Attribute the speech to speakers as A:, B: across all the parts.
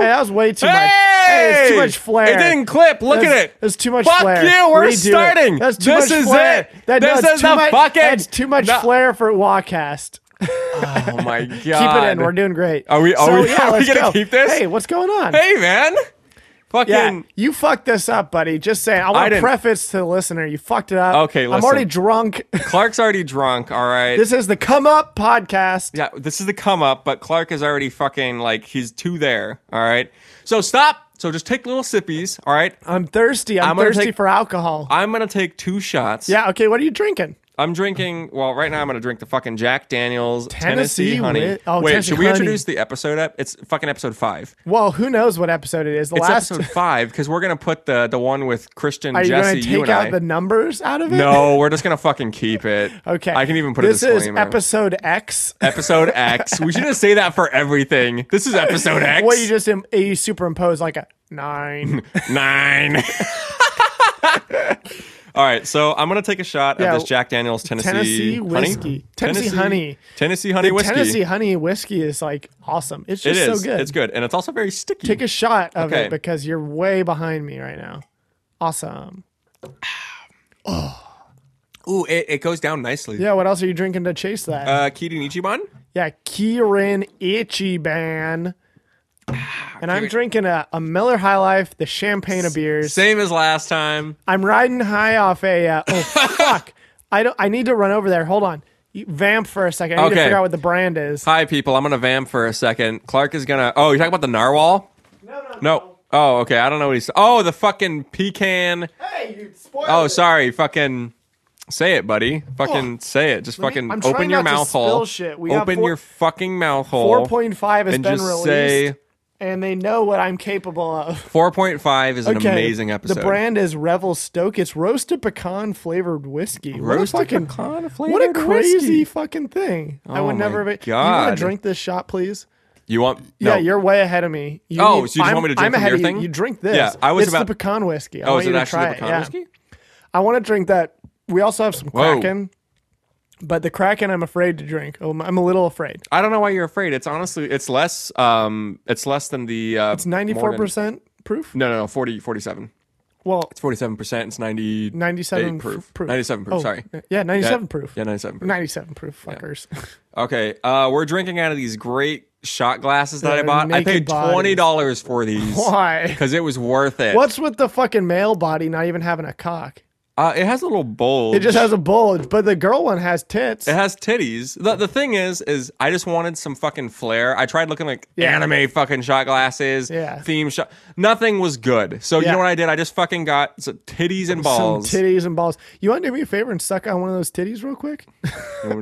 A: Hey, that was way too much. Hey, it's too much flair.
B: It didn't clip. Look
A: That's-
B: at it.
A: That's too much
B: Fuck
A: flair.
B: you. We're
A: Redo it.
B: starting.
A: That's too
B: This
A: much
B: is
A: flair.
B: it.
A: That,
B: This
A: no, it's
B: is
A: too
B: the
A: much,
B: fucking-
A: That's too much
B: No.
A: flair for Wacast.
B: Oh my god.
A: Keep it in. We're doing great.
B: Are we- are
A: so,
B: we-
A: yeah,
B: are we
A: let's
B: gonna
A: go.
B: keep this?
A: Hey, what's going on?
B: Hey man. Fucking
A: yeah, you fucked this up, buddy. Just saying. I want to
B: didn't-
A: preface to the listener. You fucked it up.
B: Okay,
A: I'm
B: listen.
A: already drunk.
B: Clark's already drunk, all right.
A: this is the Come Up podcast.
B: yeah, this is the come up, but Clark is already fucking like he's two there, all right. So stop. So just take little sippies, all right.
A: I'm thirsty. I'm,
B: I'm gonna
A: thirsty
B: take-
A: for alcohol.
B: I'm gonna take two shots.
A: yeah. Okay. What are you drinking?
B: I'm drinking. Well, right now I'm gonna drink the fucking Jack Daniels Tennessee,
A: Tennessee
B: Honey.
A: whi- oh,
B: Wait,
A: Tennessee
B: should we
A: honey.
B: introduce the episode? Up? It's fucking episode five.
A: Well, who knows what episode it is? The
B: It's
A: last.
B: episode five because we're gonna put the the one with Christian,
A: are you
B: Jesse,
A: to
B: you
A: take
B: and
A: out
B: I.
A: the numbers out of it?
B: no, we're just gonna fucking keep it.
A: Okay.
B: I can even put
A: this
B: a
A: is
B: disclaimer.
A: episode X.
B: episode X. We should just say that for everything. This is episode X.
A: What you just Im- you superimpose like a nine.
B: Nine. All right, so I'm gonna take a shot
A: Yeah,
B: of this Jack Daniels Tennessee,
A: Tennessee
B: honey?
A: whiskey. Tennessee honey.
B: Tennessee honey whiskey.
A: Tennessee honey whiskey is like awesome. It's
B: it
A: just
B: is.
A: so good.
B: It's good, and it's also very sticky.
A: Take a shot of
B: Okay.
A: it because you're way behind me right now. Awesome.
B: Ooh, it, it goes down nicely.
A: Yeah. What else are you drinking to chase that?
B: Uh, Kirin Ichiban.
A: yeah. Kirin Ichiban. And I'm
B: Kirin-
A: drinking a, a Miller High Life, the champagne of beers.
B: Same as last time.
A: I'm riding high off a. Uh, oh fuck! I don't. I need to run over there. Hold on. You- Vamp for a second. I need to
B: Okay.
A: figure out what the brand is.
B: Hi, people. I'm gonna vamp for a second. Clark is gonna. Oh, you're talking about the narwhal?
A: No, no,
B: No. Oh, okay. I don't know what he's. Oh, the fucking pecan.
A: Hey, you spoiled
B: Oh, sorry. Fucking say it, buddy. Fucking say it. Just
A: Let me-
B: fucking
A: I'm
B: open
A: trying
B: your
A: not to
B: mouth
A: spill
B: hole.
A: shit. We got
B: open
A: four-
B: your fucking mouth hole.
A: Four point five has
B: and
A: been
B: just
A: released,
B: say-
A: and they know what I'm capable of.
B: 4.5 is an amazing episode.
A: The brand is Revel Stoke. It's roasted pecan flavored whiskey. What a
B: Roasted
A: fucking-
B: pecan
A: What a
B: flavored
A: crazy
B: whiskey. Oh
A: fucking thing! I would
B: my
A: never. have You want
B: God.
A: to drink this shot, please?
B: You want?
A: Yeah,
B: no.
A: you're way ahead of me. You
B: Oh, so you just
A: I'm-
B: want me to drink
A: I'm
B: from
A: ahead
B: your
A: of you.
B: thing?
A: You drink this.
B: Yeah, I was
A: it's
B: about-
A: the pecan whiskey. I
B: Oh,
A: want
B: is
A: you
B: it
A: to
B: actually
A: try
B: the
A: it.
B: pecan
A: Yeah.
B: whiskey?
A: I want to drink that. We also have some
B: Whoa.
A: Kraken, but the Kraken I'm afraid to drink. Oh, I'm, I'm a little afraid.
B: I don't know why you're afraid. It's honestly, it's less. Um, it's less than the. Uh,
A: It's 94% proof.
B: No, no, no. 40, 47.
A: Well,
B: It's 47 percent. It's 90,
A: 97
B: eight proof.
A: f- proof.
B: 97 proof.
A: Oh,
B: sorry.
A: Yeah, 97
B: Yeah.
A: proof.
B: Yeah, 97 proof.
A: 97 proof, fuckers.
B: Okay, uh, we're drinking out of these great shot glasses that I
A: They're
B: bought. I
A: naked
B: paid
A: bodies.
B: twenty dollars for these
A: Why?
B: because it was worth it.
A: What's with the fucking male body not even having a cock?
B: Uh, it has a little bulge.
A: It just has a bulge, but the girl one has tits.
B: It has titties. The, the thing is, is I just wanted some fucking flair. I tried looking like
A: Yeah.
B: anime fucking shot glasses,
A: Yeah.
B: theme shot. Nothing was good. So
A: Yeah.
B: you know what I did? I just fucking got s- titties
A: Some
B: and balls.
A: titties and balls. You want to do me a favor and suck on one of those titties real quick? I feel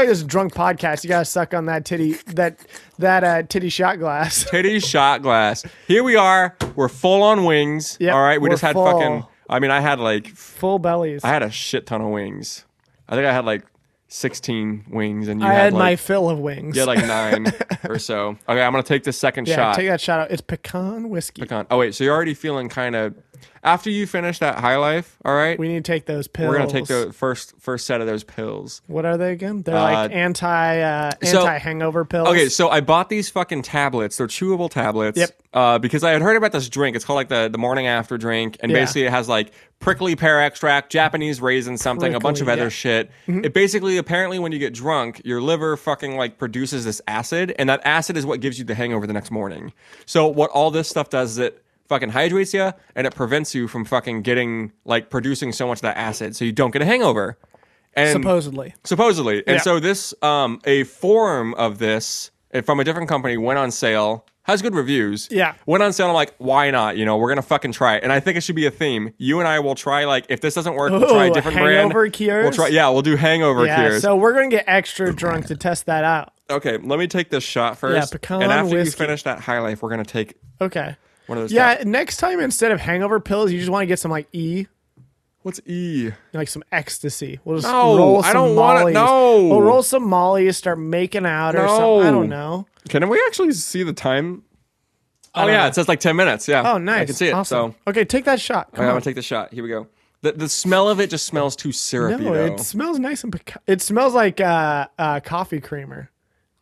A: like this is a drunk podcast. You gotta suck on that titty that that uh, titty shot glass.
B: Titty shot glass. Here we are. We're full on wings.
A: Yep,
B: All right. We
A: we're
B: just had
A: full.
B: fucking. I mean, I had like
A: Full bellies.
B: I
A: I,
B: had a shit ton of wings. I think I had like 16 wings, and you
A: had,
B: had,
A: my
B: like,
A: fill of wings.
B: you had like nine or so. Okay, I'm gonna take this second
A: yeah,
B: shot.
A: take that shot out. It's pecan whiskey.
B: Pecan. Oh wait, so you're already feeling kind of after you finish that high life. All right,
A: We need to take those pills.
B: we're gonna take the first first set of those pills.
A: What are they again? They're like
B: Uh,
A: anti uh,
B: so-
A: anti hangover pills.
B: Okay, so I bought these fucking tablets. They're chewable tablets.
A: Yep.
B: Uh, because I had heard about this drink. It's called like the, the morning after drink. And
A: Yeah.
B: basically it has like prickly pear extract, Japanese raisin something, a bunch of
A: Prickly,
B: other
A: yeah. Mm-hmm.
B: shit. It basically, apparently, when you get drunk, your liver fucking like produces this acid. And that acid is what gives you the hangover the next morning. So what all this stuff does is it fucking hydrates you and it prevents you from fucking getting like producing so much of that acid. So you don't get a hangover. And
A: supposedly.
B: supposedly. And
A: Yeah.
B: so this, um, a form of this uh, from a different company went on sale. Has good reviews.
A: Yeah.
B: Went on sale. I'm like, why not? You know, we're gonna fucking try it. And I think it should be a theme. You and I will try like if this doesn't work, we'll try
A: Ooh,
B: a different
A: hangover
B: brand. We'll
A: cures?
B: try yeah, we'll do hangover
A: Yeah,
B: cures.
A: so we're gonna get extra drunk to test that out.
B: okay, let me take this shot first.
A: pecan
B: and after you
A: whiskey.
B: finish that high life, we're gonna take
A: Okay.
B: one of those
A: Yeah,
B: tablets.
A: next time instead of hangover pills, you just want to get some like E.
B: What's E?
A: like some ecstasy. We'll just
B: No,
A: roll some
B: I don't wanna-
A: mollies.
B: no.
A: We'll roll some mollies, start making out or something. I
B: No.
A: don't know.
B: Can we actually see the time? Oh
A: don't
B: yeah,
A: know.
B: it says like ten minutes. Yeah.
A: Oh, nice.
B: I can see it.
A: Awesome.
B: So
A: okay, take that shot.
B: I'm
A: Come
B: gonna
A: on.
B: take the shot. Here we go. The the smell of it just smells too syrupy
A: No,
B: though.
A: it smells nice and peca- it smells like uh, uh, coffee creamer.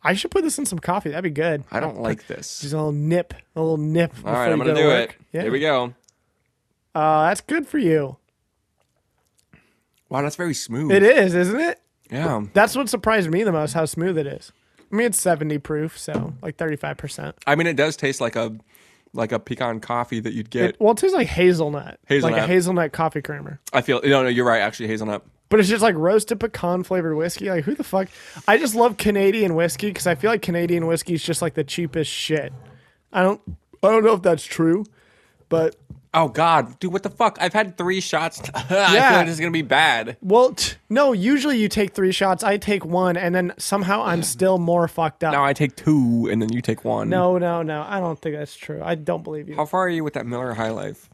A: I should put this in some coffee. That'd be good.
B: I don't like this.
A: Just a little nip, a little nip.
B: All right, I'm gonna do it.
A: Yeah.
B: Here we go.
A: Uh, that's good for you.
B: Wow, that's very smooth.
A: It is, isn't it?
B: Yeah.
A: That's what surprised me the most. How smooth it is. I mean, it's 70 proof, so like 35 percent.
B: I mean, it does taste like a like a pecan coffee that you'd get.
A: It, well, it tastes like hazelnut, like a
B: Hazelnut.
A: hazelnut coffee creamer.
B: I feel no, no, you're right. Actually, hazelnut.
A: But it's just like roasted pecan flavored whiskey. Like who the fuck? I just love Canadian whiskey because I feel like Canadian whiskey is just like the cheapest shit. I don't, I don't know if that's true, but
B: Oh God, dude, what the fuck? I've had three shots. I
A: Yeah.
B: feel like this is gonna be bad.
A: well, t- no. Usually you take three shots. I take one, and then somehow I'm still more fucked up.
B: Now I take two, and then you take one.
A: no, no, no. I don't think that's true. I don't believe you.
B: How far are you with that Miller High Life?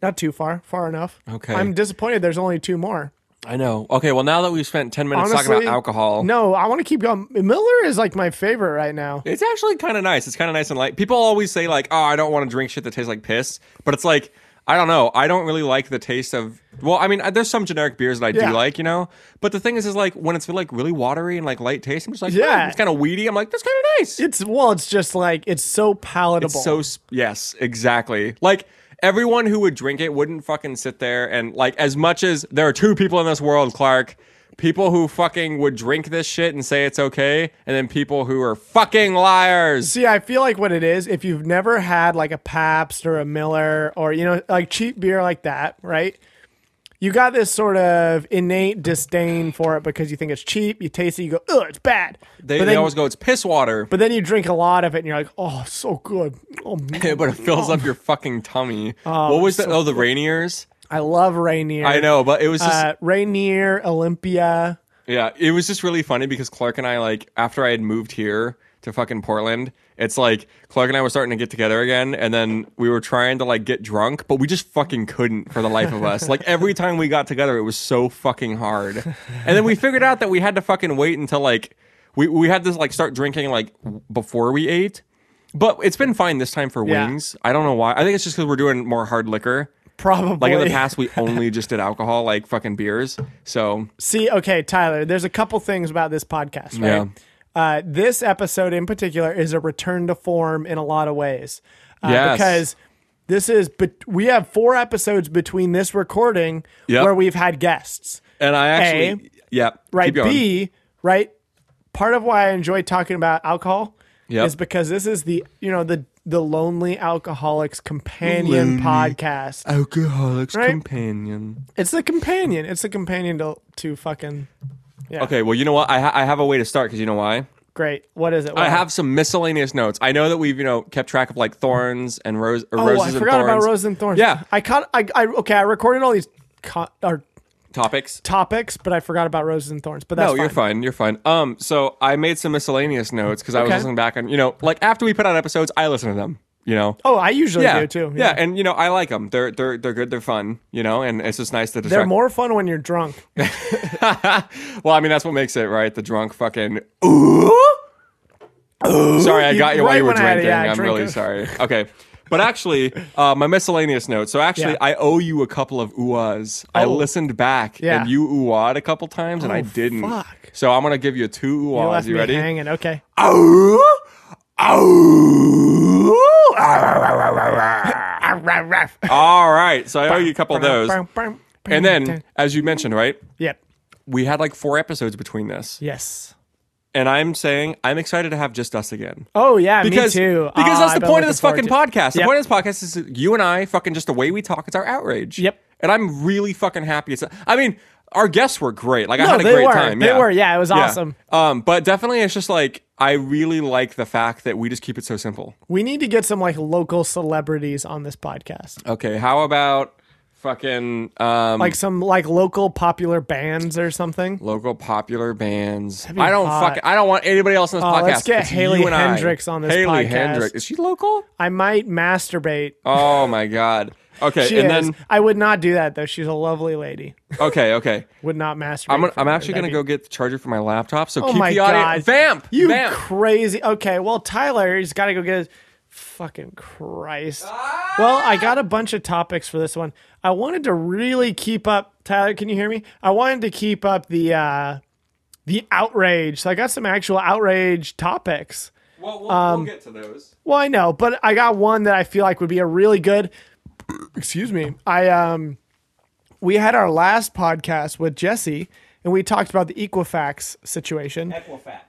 A: Not too far. Far enough.
B: Okay.
A: I'm disappointed. There's only two more.
B: I know. Okay, well now that we've spent ten minutes talking
A: Honestly,
B: about alcohol,
A: No, I want to keep going. Miller is like my favorite right now.
B: it's actually kind of nice. It's kind of nice and light. People always say like, "Oh, I don't want to drink shit that tastes like piss," but it's like I don't know. I don't really like the taste of. Well, I mean, I- there's some generic beers that I
A: Yeah.
B: do like, you know. But the thing is, is like when it's like really watery and like light taste, I'm just like,
A: Yeah.
B: yeah, it's kind of weedy. I'm like, that's kind of nice.
A: It's well, it's just like it's so palatable.
B: It's so sp- yes, exactly. Like everyone who would drink it wouldn't fucking sit there and like as much as there are two people in this world, Clark, people who fucking would drink this shit and say it's okay, and then people who are fucking liars.
A: See, I feel like what it is, if you've never had like a Pabst or a Miller or, you know, like cheap beer like that, right? You got this sort of innate disdain for it because you think it's cheap. You taste it, you go, oh, it's bad.
B: They,
A: but,
B: they
A: then,
B: always go, it's piss water.
A: but then you drink a lot of it and you're like, oh, so good. Oh,
B: Yeah, but it fills up your fucking tummy. what was the oh the Rainiers?
A: I love Rainier.
B: I know, but it was just
A: Uh, Rainier, Olympia.
B: Yeah, it was just really funny because Clark and I like after I had moved here to fucking Portland, it's like Clark and I were starting to get together again and then we were trying to like get drunk, but we just fucking couldn't for the life of us. like every time we got together it was so fucking hard. And then we figured out that we had to fucking wait until like we we had to like start drinking like before we ate. But it's been fine this time for
A: Yeah.
B: wings. I don't know why. I think it's just cuz we're doing more hard liquor.
A: Probably.
B: Like in the past we only just did alcohol, like fucking beers. So,
A: See, okay, Tyler, there's a couple things about this podcast, right? Uh, this episode in particular is a return to form in a lot of ways. Uh,
B: Yes.
A: Because this is, but we have four episodes between this recording
B: Yep.
A: where we've had guests,
B: And I actually, yeah,
A: right?
B: Keep going.
A: B, right? Part of why I enjoy talking about alcohol
B: Yep.
A: is because this is the, you know, the, the Lonely Alcoholics Companion podcast.
B: alcoholics
A: Right.
B: companion.
A: It's the companion. It's the companion to, to fucking
B: Okay, well, you know what? I ha- I have a way to start because you know why?
A: great. What is it?
B: I
A: Wow.
B: have some miscellaneous notes. I know that we've you know kept track of like thorns and rose or
A: Oh,
B: roses
A: I
B: and
A: forgot
B: thorns
A: about roses and thorns.
B: Yeah.
A: I caught. I, I okay. I recorded all these co- or
B: topics.
A: topics, but I forgot about roses and thorns. But that's
B: No, you're fine. You're fine. Um, so I made some miscellaneous notes because I was
A: Okay.
B: listening back on you know like after we put out episodes, I listen to them. You know.
A: Oh, I usually
B: yeah.
A: do too.
B: yeah, and you know I like them. They're they're they're good. They're fun. You know, and it's just nice to
A: they're
B: distract.
A: more fun when you're drunk.
B: well, I mean that's what makes it right. The drunk fucking ooh. sorry, I
A: You-
B: got you while
A: right
B: you were
A: when I had-
B: drinking.
A: yeah,
B: I'm
A: drinking.
B: really sorry. Okay. But actually, uh, my miscellaneous note. So actually,
A: Yeah.
B: I owe you a couple of oohs. I
A: Oh.
B: listened back,
A: Yeah. Oh,
B: and you oohed a couple times, and I didn't.
A: fuck.
B: So I'm gonna give you two
A: You
B: oohs.
A: left
B: You,
A: me
B: ready?
A: hanging. Okay.
B: Ow! Ow! All right. So I owe Oh, you a couple of those. And then, as you mentioned, right,
A: Yep.
B: we had like four episodes between this,
A: Yes.
B: and I'm saying I'm excited to have just us again
A: Oh yeah,
B: because,
A: me too.
B: Because
A: Ah,
B: that's
A: I've
B: the
A: been
B: point
A: looking
B: of this fucking
A: forward to-
B: podcast. The
A: Yep.
B: point of this podcast is that you and I fucking just the way we talk. It's our outrage.
A: Yep.
B: And I'm really fucking happy. It's. I mean, our guests were great. Like I
A: No,
B: had a
A: they
B: great
A: were.
B: time.
A: They
B: yeah.
A: were. Yeah, it was awesome.
B: Um, but definitely, it's just like I really like the fact that we just keep it so simple.
A: We need to get some like local celebrities on this podcast,
B: Okay. How about fucking um,
A: like some like local popular bands or something.
B: local popular bands?
A: be
B: I don't
A: hot. Oh,
B: fucking. I don't want anybody else on this podcast.
A: let's get
B: It's
A: Haley
B: you and I.
A: Hendricks on this
B: Haley
A: podcast.
B: Hendricks. Is she local?
A: I might masturbate.
B: Oh my god. Okay,
A: she
B: and
A: is.
B: then-
A: I would not do that though. She's a lovely lady.
B: Okay, okay.
A: Would not masturbate.
B: I'm gonna,
A: in front
B: I'm
A: of her.
B: actually
A: That'd
B: gonna
A: be-
B: go get the charger for my laptop. So
A: Oh
B: keep
A: my
B: the audience.
A: god,
B: Vamp,
A: You
B: vamp.
A: crazy. Okay, well Tyler, he's got to go get his. Fucking Christ. Well, I got a bunch of topics for this one. I wanted to really keep up. Tyler, can you hear me? I wanted to keep up the uh the outrage. So I got some actual outrage topics.
B: Well, we'll,
A: Um,
B: get to those.
A: Well, I know, but I got one that I feel like would be a really good. Excuse me. I um, we had our last podcast with Jesse, and we talked about the Equifax situation.
B: Equifax.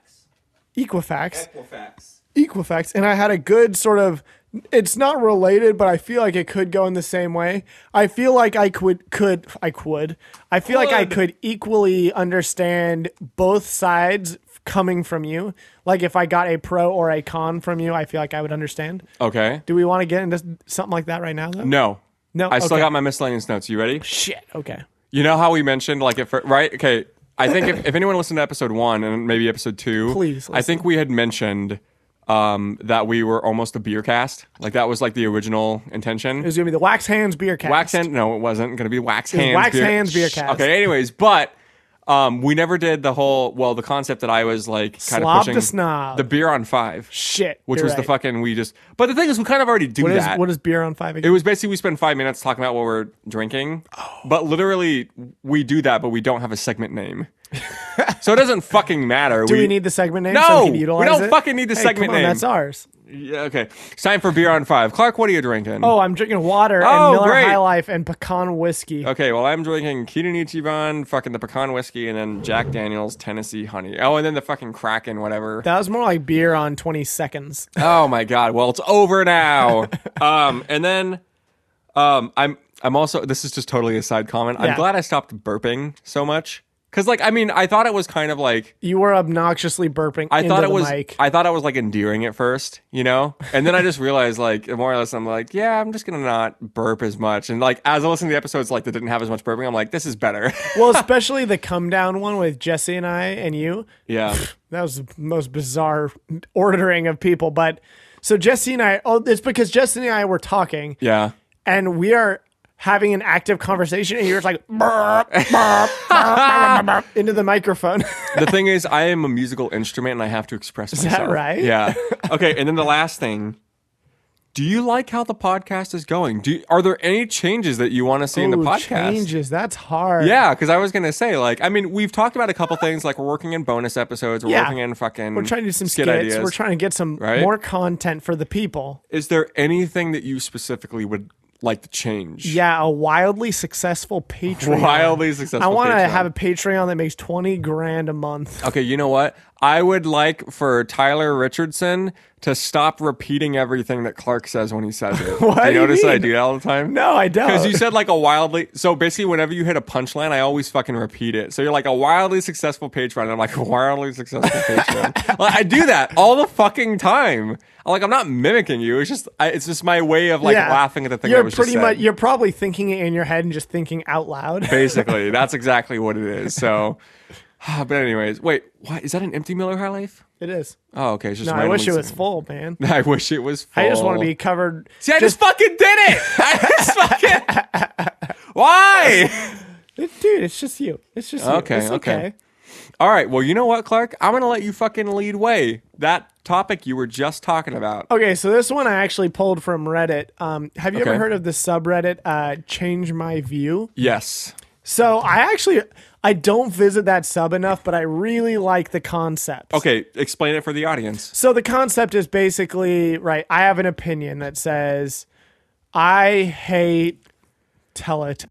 A: Equifax,
B: Equifax.
A: Equifax, and I had a good sort of. It's not related, but I feel like it could go in the same way. I feel like I could could I could. I feel like I
B: Could.
A: could equally understand both sides coming from you. Like if I got a pro or a con from you, I feel like I would understand.
B: Okay.
A: Do we want to get into something like that right now, though?
B: No.
A: No,
B: I still
A: okay.
B: got my miscellaneous notes. You ready?
A: Shit. Okay.
B: You know how we mentioned like if right? Okay. I think if, if anyone listened to episode one and maybe episode two,
A: Please
B: I think we had mentioned um, that we were almost a beer cast. Like that was like the original intention.
A: It was gonna be the wax hands beer cast.
B: Wax hand? No, it wasn't going to be wax hands.
A: wax hands beer cast.
B: Okay. Anyways, but um, we never did the whole. Well, the concept that I was like kind
A: Slob
B: of
A: to
B: pushing
A: snob.
B: the beer on five,
A: Shit.
B: which
A: you're
B: was the
A: right.
B: fucking we just. But the thing is, we kind of already do
A: What is,
B: that.
A: what is beer on five
B: it
A: again?
B: was basically we spend five minutes talking about what we're drinking,
A: Oh.
B: but literally we do that, but we don't have a segment name, so it doesn't fucking matter.
A: Do we need the segment name?
B: No,
A: so we, can
B: we
A: utilize
B: don't
A: it?
B: fucking need the
A: Hey,
B: segment
A: come on,
B: name.
A: That's ours.
B: Yeah, okay, it's time for beer on five. Clark, what are you drinking?
A: Oh, I'm drinking water
B: Oh,
A: and Miller
B: great.
A: High Life and pecan whiskey.
B: Okay, well, I'm drinking Keaton Ichiban, fucking the pecan whiskey, and then Jack Daniels Tennessee honey. Oh, and then the fucking Kraken, whatever.
A: That was more like beer on 20 seconds.
B: oh my god. Well, it's over now. um, and then, um, I'm I'm also this is just totally a side comment.
A: Yeah.
B: I'm glad I stopped burping so much because, like, I mean, I thought it was kind of like
A: You were obnoxiously burping.
B: I thought
A: into the
B: it was
A: mic.
B: I thought it was like endearing at first, you know? And then I just realized like more or less I'm like, yeah, I'm just gonna not burp as much. And like as I listen to the episodes like that didn't have as much burping, I'm like, this is better.
A: well, especially the come down one with Jesse and I and you.
B: yeah.
A: That was the most bizarre ordering of people. But so Jesse and I, oh, it's because Jesse and I were talking
B: Yeah.
A: and we are having an active conversation and you're just like burp, burp, burp, burp, burp, into the microphone.
B: the thing is, I am a musical instrument and I have to express myself.
A: right?
B: Yeah. Okay. And then the last thing. Do you like how the podcast is going? Do you, are there any changes that you want to see in the
A: Ooh,
B: podcast?
A: changes. That's hard.
B: Yeah, because I was gonna say, like, I mean, we've talked about a couple things, like we're working in bonus episodes, we're
A: Yeah.
B: working in fucking,
A: We're trying to do some
B: skit
A: skits.
B: ideas.
A: We're trying to get some
B: Right?
A: more content for the people.
B: is there anything that you specifically would like to change?
A: Yeah, a wildly successful Patreon.
B: Wildly successful.
A: I want to
B: Patreon.
A: have a Patreon that makes 20 grand a month.
B: Okay, you know what? I would like for Tyler Richardson to stop repeating everything that Clark says when he says it.
A: What
B: Do
A: do
B: you
A: you
B: notice that I
A: mean?
B: do that all the time?
A: No, I don't.
B: Because you said like a wildly so basically whenever you hit a punchline, I always fucking repeat it. So you're like a wildly successful patron. I'm like a wildly successful patron. like I do that all the fucking time. Like I'm not mimicking you. It's just I, it's just my way of like
A: Yeah.
B: laughing at the thing
A: You're
B: that was
A: pretty
B: just
A: much.
B: said.
A: You're probably thinking it in your head and just thinking out loud.
B: Basically, that's exactly what it is. So, but anyways, wait, why is that an empty Miller High Life?
A: It is.
B: Oh, okay. It's just
A: No, I wish it
B: randomly
A: was full, man.
B: I wish it was full.
A: I just want to be covered.
B: See, I just, fucking did it. I just fucking. Why?
A: It- dude, it's just you. It's just you.
B: Okay,
A: It's
B: okay. All right. Well, you know what, Clark? I'm gonna let you fucking lead way. That topic you were just talking about.
A: Okay, so this one I actually pulled from Reddit. Um, have you ever
B: Okay.
A: heard of the subreddit uh, "Change My View"?
B: Yes.
A: So I actually I don't visit that sub enough, but I really like the concept.
B: Okay. Explain it for the audience.
A: So the concept is basically right. I have an opinion that says I hate tell it.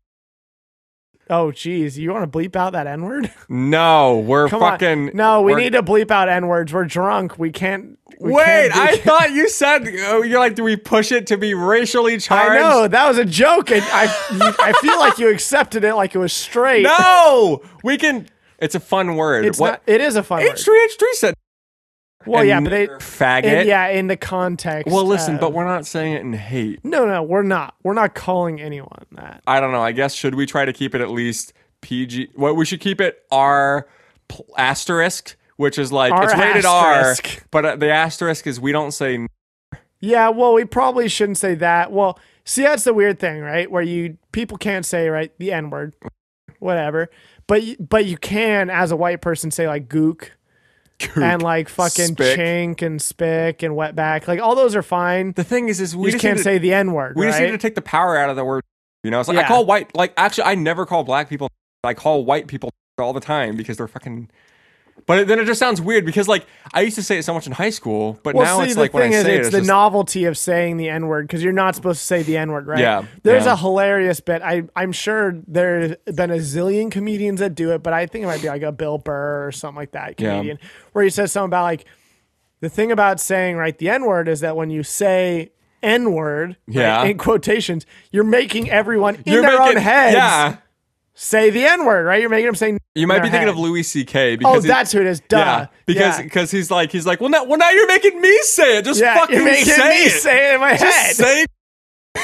A: Oh, geez, you want to bleep out that n word?
B: No, we're
A: Come
B: fucking.
A: on. No, we
B: we're-
A: need to bleep out n words. We're drunk. We can't. we
B: Wait,
A: can't do-
B: I thought you said oh, you're like, do we push it to be racially charged?
A: I know that was a joke, and I you- I feel like you accepted it like it was straight.
B: No, we can. It's a fun word.
A: it's
B: what?
A: not. It is a fun word.
B: H three H three said.
A: Well,
B: and
A: yeah, but they E
B: faggot.
A: in- yeah, in the context.
B: Well, listen,
A: uh,
B: but we're not saying it in hate.
A: no, no, we're not. We're not calling anyone that.
B: I don't know. I guess should we try to keep it at least PG? Well, we should keep it R pl- asterisk, which is like
A: R
B: it's rated
A: asterisk.
B: R, but uh, the asterisk is we don't say. n-
A: Yeah, well, we probably shouldn't say that. Well, See, that's the weird thing, right? Where you people can't say right the N word, whatever. But you, but you can as a white person say like gook, and like fucking
B: Spick.
A: chink and spick and wetback. Like all those are fine.
B: The thing is, is we
A: you just
B: just
A: can't
B: need to,
A: say the N word.
B: we
A: right?
B: just need to take the power out of the word. You know, it's like I
A: Yeah.
B: call white like actually I never call black people. I call white people all the time because they're fucking. But it- then it just sounds weird because like I used to say it so much in high school, but
A: Well,
B: now
A: see,
B: it's
A: the
B: like when I
A: thing
B: say
A: is,
B: it,
A: it's
B: it's
A: the
B: just,
A: novelty of saying the N word because you're not supposed to say the N word, right?
B: Yeah,
A: There's
B: yeah.
A: a hilarious bit. I I'm sure there's been a zillion comedians that do it, but I think it might be like a Bill Burr or something like that
B: Yeah.
A: comedian where he says something about like the thing about saying right the N word is that when you say N word,
B: Yeah.
A: in quotations, you're making everyone in
B: you're
A: their
B: making,
A: own heads
B: Yeah,
A: say the N word, right? You're making them say.
B: you might be thinking of
A: Louis.
B: Louis C.K. because
A: Oh,
B: he-
A: that's who it is. Duh.
B: yeah, because
A: yeah.
B: because he's like he's like well now well now you're making me say it. Just
A: Yeah,
B: fucking
A: you're making
B: say
A: me
B: it.
A: say it in my head.
B: just say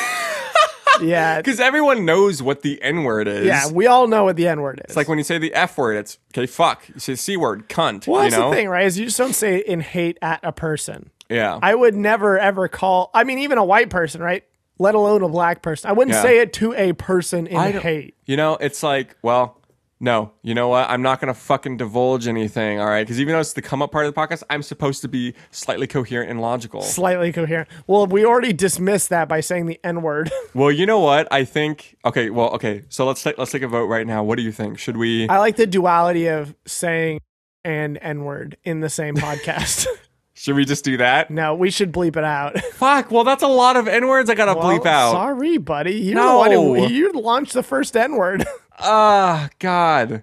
A: yeah,
B: because everyone knows what the N word is.
A: Yeah, we all know what the N word is.
B: It's like when you say the F word, it's okay, fuck. You say the C word, cunt.
A: well,
B: you
A: that's
B: know?
A: the thing, right? Is you just don't say in hate at a person.
B: Yeah.
A: I would never ever call. I mean, even a white person, right? Let alone a black person. I wouldn't
B: Yeah.
A: say it to a person in
B: I don't-
A: hate.
B: You know, it's like, well, no, you know what? I'm not going to fucking divulge anything, all right? Because even though it's the come up part of the podcast, I'm supposed to be slightly coherent and logical.
A: Slightly coherent. Well, we already dismissed that by saying the N word.
B: well, you know what? I think, okay, well, okay, so let's take, let's take a vote right now. What do you think? Should we,
A: I like the duality of saying and N word in the same podcast.
B: should we just do that?
A: no, we should bleep it out.
B: Fuck, well, that's a lot of N words I got to
A: Well,
B: bleep out.
A: Sorry, buddy. You no. the one
B: No.
A: who, you launched the first N word.
B: Ah, God.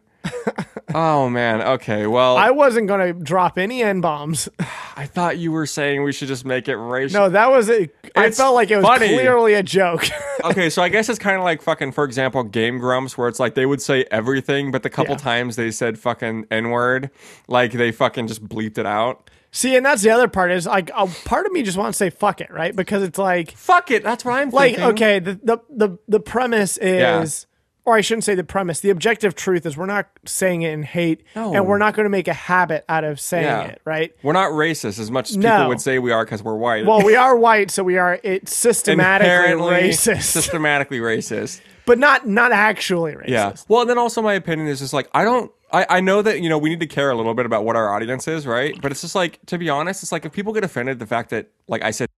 B: oh, man. Okay, well,
A: I
B: I,
A: wasn't going to drop any N bombs.
B: thought you were saying we should just make it racial.
A: No, that was it. I
B: It's
A: felt like it was
B: funny.
A: clearly a joke.
B: okay, so I guess it's kind of like fucking, for example, Game Grumps, where it's like they would say everything, but the couple
A: Yeah.
B: times they said fucking N word, like they fucking just bleeped it out.
A: See, and that's the other part is like a part of me just wants to say fuck it, right? Because it's like
B: Fuck it, that's what I'm
A: like
B: thinking.
A: okay, the the the, the premise is or I shouldn't say the premise. The objective truth is we're not saying it in hate
B: No.
A: and we're not going to make a habit out of saying
B: Yeah.
A: it, right?
B: We're not racist as much as people
A: No.
B: would say we are because we're white.
A: Well, we are white, so we are it's systematically
B: Inherently
A: racist,
B: Systematically racist.
A: but not not actually racist.
B: Yeah. Well, and then also my opinion is just like I don't. I, I know that you know we need to care a little bit about what our audience is, right? But it's just like to be honest, it's like if people get offended the fact that like I said,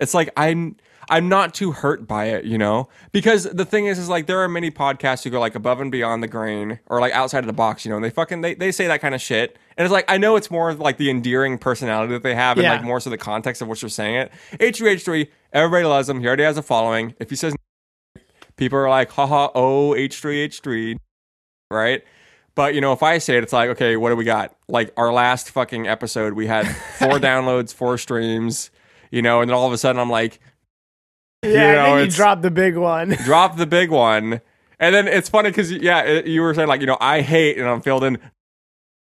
B: it's like I'm I'm not too hurt by it, you know, because the thing is, is like there are many podcasts who go like above and beyond the grain or like outside of the box, you know, and they fucking they, they say that kind of shit, and it's like I know it's more of, like the endearing personality that they have,
A: Yeah.
B: and like more so the context of what you're saying it. H three, everybody loves him. He already has a following. If he says people are like, haha, oh, H3, H3, right? But, you know, if I say it, it's like, okay, what do we got? Like, our last fucking episode, we had four downloads, four streams, you know, and then all of a sudden I'm like,
A: yeah.
B: you know,
A: and then you
B: it's-
A: drop the big one.
B: drop the big one. And then it's funny because, yeah, it, you were saying, like, you know, I hate, and I'm filled in,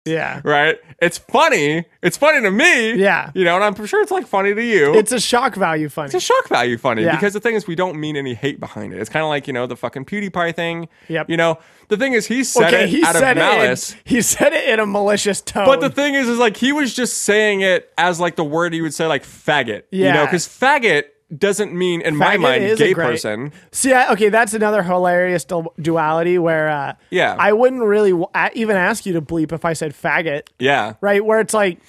A: yeah,
B: right? It's funny. It's funny to me.
A: yeah.
B: You know, and I'm sure it's like funny to you.
A: It's a shock value funny.
B: It's a shock value funny
A: Yeah.
B: because the thing is, we don't mean any hate behind it. It's kind of like you know the fucking PewDiePie thing.
A: Yep.
B: You know the thing is, he said it out of malice.
A: It Oh. in, he said it in a malicious tone.
B: but the thing is, is like he was just saying it as like the word he would say, like faggot. You know,
A: Yeah.
B: because faggot doesn't mean in my
A: Faggot
B: mind
A: is a
B: gay
A: great-
B: person.
A: see, I, okay, that's another hilarious du- duality where uh,
B: Yeah.
A: I wouldn't really w- a- even ask you to bleep if I said faggot,
B: Yeah.
A: right? Where it's like.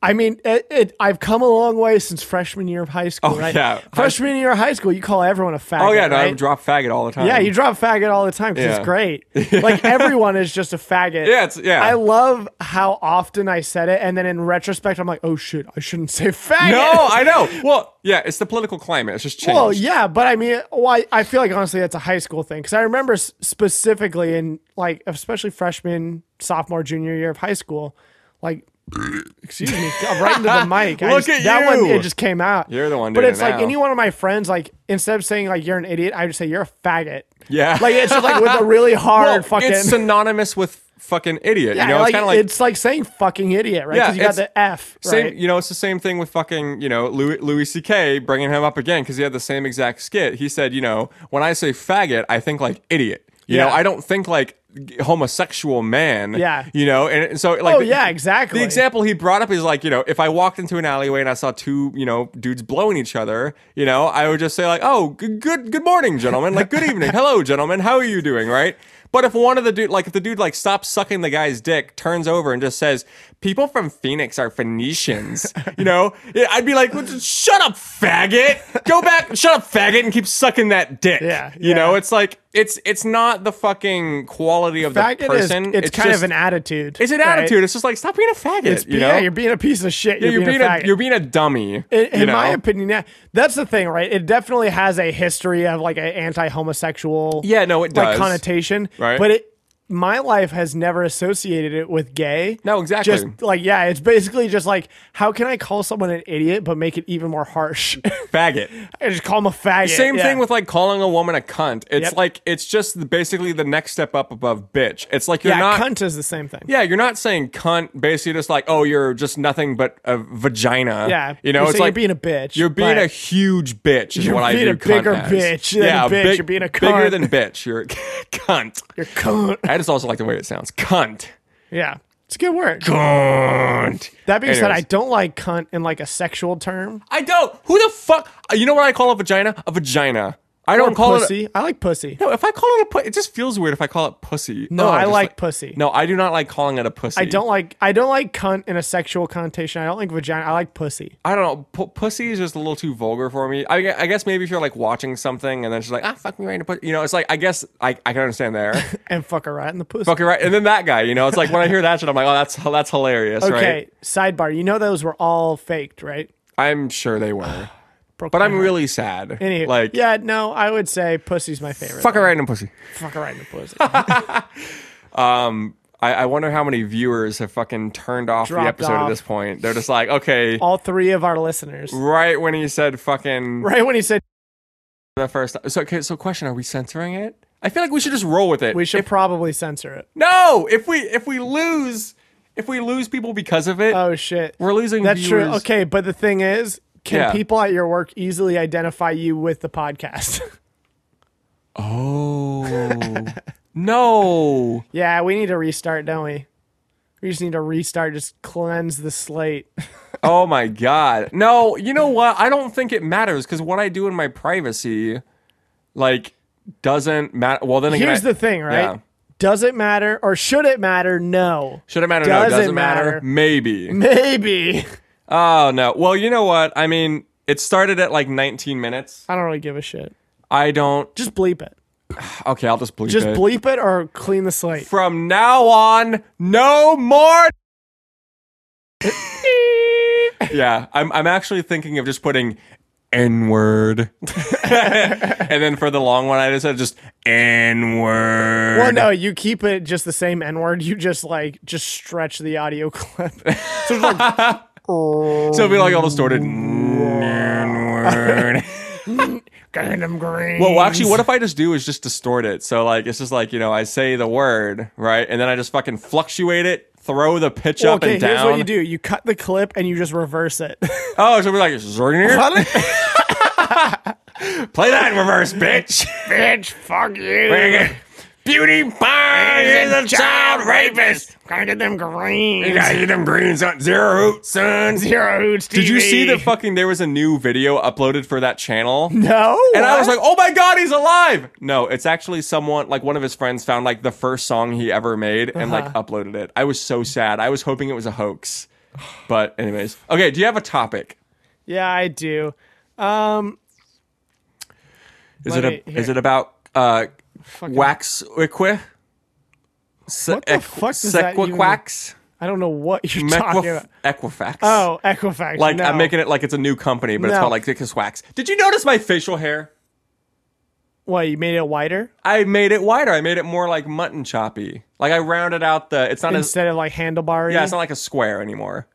A: I mean, it, it, I've come a long way since freshman year of high school,
B: Oh,
A: right?
B: yeah.
A: Freshman year of high school, you call everyone a faggot.
B: Oh yeah, no, I
A: right?
B: drop faggot all the time.
A: Yeah, you drop faggot all the time because
B: Yeah.
A: it's great. Like everyone is just a faggot.
B: Yeah, it's- yeah.
A: I love how often I said it, and then in retrospect, I'm like, oh shit, I shouldn't say faggot.
B: No, I know. Well, yeah, it's the political climate. It's just changed.
A: Well, yeah, but I mean, why? I feel like honestly, that's a high school thing because I remember s- specifically in like, especially freshman, sophomore, junior year of high school, like, excuse me, I'm right into the mic. I
B: Look
A: just-
B: at
A: that
B: you.
A: one, it just came out.
B: You're the one
A: But
B: doing
A: it's
B: it
A: like
B: now.
A: any one of my friends, like instead of saying like you're an idiot, I just say you're a faggot.
B: Yeah.
A: like it's just like with a really hard
B: Well,
A: fucking.
B: it's synonymous with fucking idiot.
A: yeah,
B: you know, it's
A: like,
B: kind
A: it's
B: of like
A: like saying fucking idiot, right?
B: Yeah,
A: Because you got
B: it's-
A: the F, right?
B: Same, you know, it's the same thing with fucking, you know, Louis, Louis C.K. bringing him up again because he had the same exact skit. He said, you know, when I say faggot, I think like idiot. You know,
A: Yeah.
B: I don't think like homosexual man.
A: Yeah.
B: You know, and and so like
A: Oh, yeah, exactly.
B: The example he brought up is like, you know, if I walked into an alleyway and I saw two, you know, dudes blowing each other, you know, I would just say like, "Oh, good good, good morning, gentlemen. Like, good evening. Hello, gentlemen. How are you doing?" Right? But if one of the dude, like if the dude like stops sucking the guy's dick, turns over and just says, "People from Phoenix are Phoenicians," you know, yeah, I'd be like, "Shut up, faggot! Go back, shut up, faggot, and keep sucking that dick."
A: Yeah,
B: you know,
A: yeah.
B: it's like it's it's not the fucking quality of
A: Fact,
B: the
A: it is,
B: person.
A: it's, kind
B: just-
A: of an attitude.
B: it's an
A: right?
B: attitude. It's just like stop being a faggot.
A: It's,
B: you know,
A: yeah, you're being a piece of shit.
B: Yeah,
A: You're, being, a, faggot.
B: you're being a dummy.
A: in, in
B: you
A: my
B: know?
A: opinion, yeah, that's the thing, right? It definitely has a history of like an anti-homosexual,
B: Yeah, no, it
A: like
B: does.
A: connotation,
B: Right.
A: But it, my life has never associated it with gay.
B: No, exactly.
A: Just like yeah, it's basically just like how can I call someone an idiot but make it even more harsh?
B: faggot.
A: I just call them a faggot.
B: Same
A: yeah.
B: thing with like calling a woman a cunt. It's
A: Yep.
B: like it's just the- basically the next step up above bitch. It's like you're
A: yeah,
B: not.
A: cunt is the same thing.
B: Yeah, you're not saying cunt. Basically, just like oh, you're just nothing but a vagina.
A: yeah.
B: you know,
A: You're
B: it's
A: saying
B: like
A: you're being a bitch.
B: You're being
A: but-
B: a huge bitch. Is
A: You're
B: what
A: being
B: I
A: a
B: view cunt
A: bigger
B: as.
A: bitch than
B: yeah,
A: bitch. You're being a
B: bigger
A: cunt.
B: than bitch. You're a cunt.
A: you're cunt.
B: I just also like the way it sounds. Cunt.
A: Yeah, it's a good word.
B: Cunt.
A: That being said,
B: Anyways.
A: I don't like cunt in like a sexual term.
B: I don't. Who the fuck? uh, You know what I call a vagina? A vagina. I don't
A: Or
B: call it.
A: pussy. I like pussy.
B: A, no, if I call it a pussy, it just feels weird if I call it pussy.
A: No,
B: Oh,
A: I
B: just
A: like pussy.
B: No, I do not like calling it a pussy.
A: I don't like I don't like cunt in a sexual connotation. I don't like vagina. I like pussy.
B: I don't know. P- pussy is just a little too vulgar for me. I, gue- I guess maybe if you're like watching something and then she's like, ah, fuck me right in the pussy. You know, it's like I guess I, I can understand there.
A: And fuck a rat in the pussy.
B: fuck it right, and then that guy. You know, it's like when I hear that shit, I'm like, oh, that's that's hilarious,
A: okay,
B: right?
A: sidebar. You know those were all faked, right?
B: I'm sure they were, but
A: Proclaim
B: I'm
A: it.
B: really sad.
A: Uh-huh. Anywho,
B: like,
A: yeah, no, I would say pussy's my favorite.
B: fuck it right in the pussy.
A: fuck a rat in the pussy.
B: I, I wonder how many viewers have fucking turned off the
A: Dropped
B: episode at
A: off.
B: this point. They're just like, okay,
A: all three of our listeners.
B: right when he said fucking
A: Right when he said
B: the first. So, okay, so question: Are we censoring it? I feel like we should just roll with it.
A: we should
B: If,
A: probably censor it.
B: no, if we if we lose, if we lose people because of it,
A: Oh shit.
B: we're losing.
A: That's
B: viewers.
A: true. Okay, but the thing is, can
B: Yeah.
A: people at your work easily identify you with the podcast?
B: Oh no.
A: yeah, we need to restart, don't we? We just need to restart, just cleanse the slate.
B: Oh my god. No, you know what? I don't think it matters because what I do in my privacy, like, doesn't matter. Well, then again,
A: Here's
B: I-
A: the thing, right?
B: Yeah.
A: Does it matter or should it matter? No.
B: Should it matter?
A: Does
B: no,
A: it
B: doesn't matter.
A: matter?
B: Maybe.
A: Maybe.
B: Oh no. Well, you know what? I mean, it started at like 19 minutes.
A: I don't really give a shit.
B: I don't.
A: Just bleep it.
B: Okay, I'll just bleep
A: Just
B: it.
A: bleep it or clean the slate.
B: From now on, no more. yeah, I'm. I'm actually thinking of just putting N word, and then for the long one, I decided just N word.
A: Well, no, you keep it just the same N word. You just like just stretch the audio clip. So it's like
B: So it'll be like all distorted. N word.
A: Gundam Green.
B: Well, actually, what if I just do is just distort it? So, like, it's just like, you know, I say the word, right? And then I just fucking fluctuate it, throw the pitch up
A: okay,
B: and down.
A: here's what you do: you cut the clip and you just reverse it.
B: Oh, so we're like, play that in reverse, bitch.
A: Bitch, fuck you.
B: Beauty pie is a child rapist.
A: Gotta get them
B: You
A: green.
B: gotta eat them greens on zero root, sons. Did you see the fucking? There was a new video uploaded for that channel.
A: No.
B: And I
A: what?
B: was like, oh my God, he's alive. No, it's actually someone, like one of his friends found like the first song he ever made and like uploaded it. I was so sad. I was hoping it was a hoax. But, anyways. Okay, do you have a topic?
A: yeah, I do.
B: Is
A: Let
B: it
A: me-
B: a,
A: here.
B: is it about uh, wax equi?
A: What the fuck does that even-
B: Sequiquax?
A: I don't know what you're talking
B: Mequif-
A: about.
B: Equifax.
A: Oh, Equifax.
B: Like,
A: no.
B: I'm making it like it's a new company, but it's
A: No.
B: called like Dickus Wax. Did you notice my facial hair?
A: What you made it wider
B: I made it wider. I made it more like mutton choppy. Like I rounded out the. It's not as
A: instead of like handlebar.
B: Yeah, it's not like a square anymore.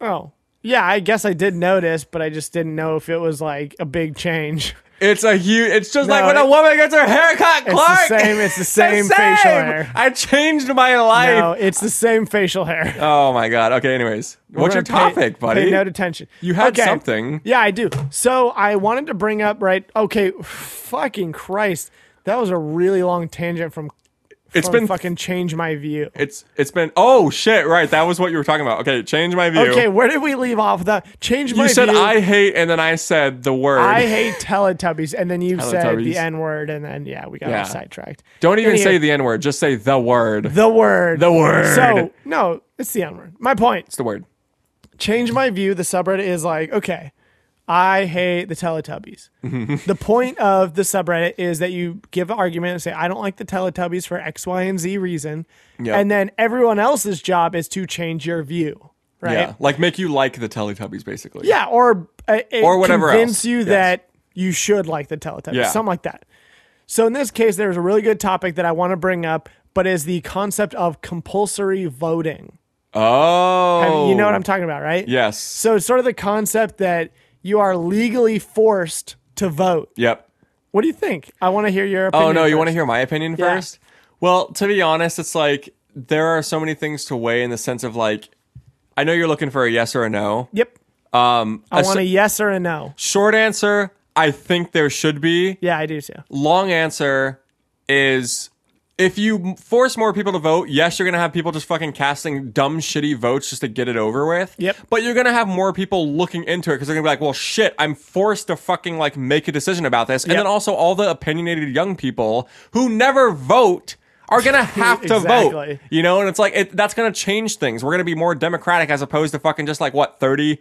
A: oh, yeah. I guess I did notice, but I just didn't know if it was like a big change.
B: It's a huge. It's just like
A: No,
B: when a
A: it-
B: woman gets her haircut,
A: the
B: Clark.
A: same- it's the same facial hair.
B: I changed my life.
A: No, it's the same facial hair.
B: Oh my god. Okay. Anyways, what's your
A: We're gonna pay-
B: topic, buddy?
A: Pay no attention.
B: you had
A: Okay.
B: something.
A: Yeah, I do. So I wanted to bring up right. Okay, fucking Christ, that was a really long tangent from
B: It's
A: from
B: been-
A: fucking change my view.
B: It's it's been oh shit right that was what you were talking about. Okay, change my view.
A: Okay, where did we leave off? The change my
B: you said
A: view.
B: I hate and then I said the word.
A: I hate Teletubbies, and then you said
B: Teletubbies.
A: the N word, and then yeah, we got
B: Yeah.
A: sidetracked.
B: Don't even
A: Anyway,
B: say the n word. Just say the word.
A: the word.
B: The word.
A: So no, it's the N word. My point.
B: it's the word.
A: Change my view. The subreddit is like, okay, I hate the Teletubbies. the point of the subreddit is that you give an argument and say, I don't like the Teletubbies for X, Y, and Z reason,
B: Yeah.
A: and then everyone else's job is to change your view, right?
B: Yeah, like make you like the Teletubbies basically.
A: Yeah, or uh, it
B: Or whatever
A: convince
B: else.
A: you
B: Yes.
A: that you should like the Teletubbies,
B: Yeah.
A: something like that. So in this case, there's a really good topic that I want to bring up, but is the concept of compulsory voting.
B: Oh.
A: I mean, you know what I'm talking about, right?
B: Yes.
A: So it's sort of the concept that you are legally forced to vote.
B: yep.
A: What do you think? I want to hear your opinion.
B: Oh no, you want to
A: first.
B: hear my opinion first? Well, to be honest, it's like there are so many things to weigh in the sense of like I know you're looking for a yes or a no.
A: Yep.
B: Um
A: I
B: a
A: want a
B: s-
A: yes or a no.
B: short answer, I think there should be.
A: Yeah, I do too.
B: long answer is if you m- force more people to vote, yes, you're going to have people just fucking casting dumb, shitty votes just to get it over with.
A: Yep.
B: But you're going to have more people looking into it because they're going to be like, well, shit, I'm forced to fucking like make a decision about this. And
A: Yep.
B: then also all the opinionated young people who never vote are going to have to vote.
A: Exactly.
B: You know, and it's like it, that's going to change things. We're going to be more democratic as opposed to fucking just like what, 30%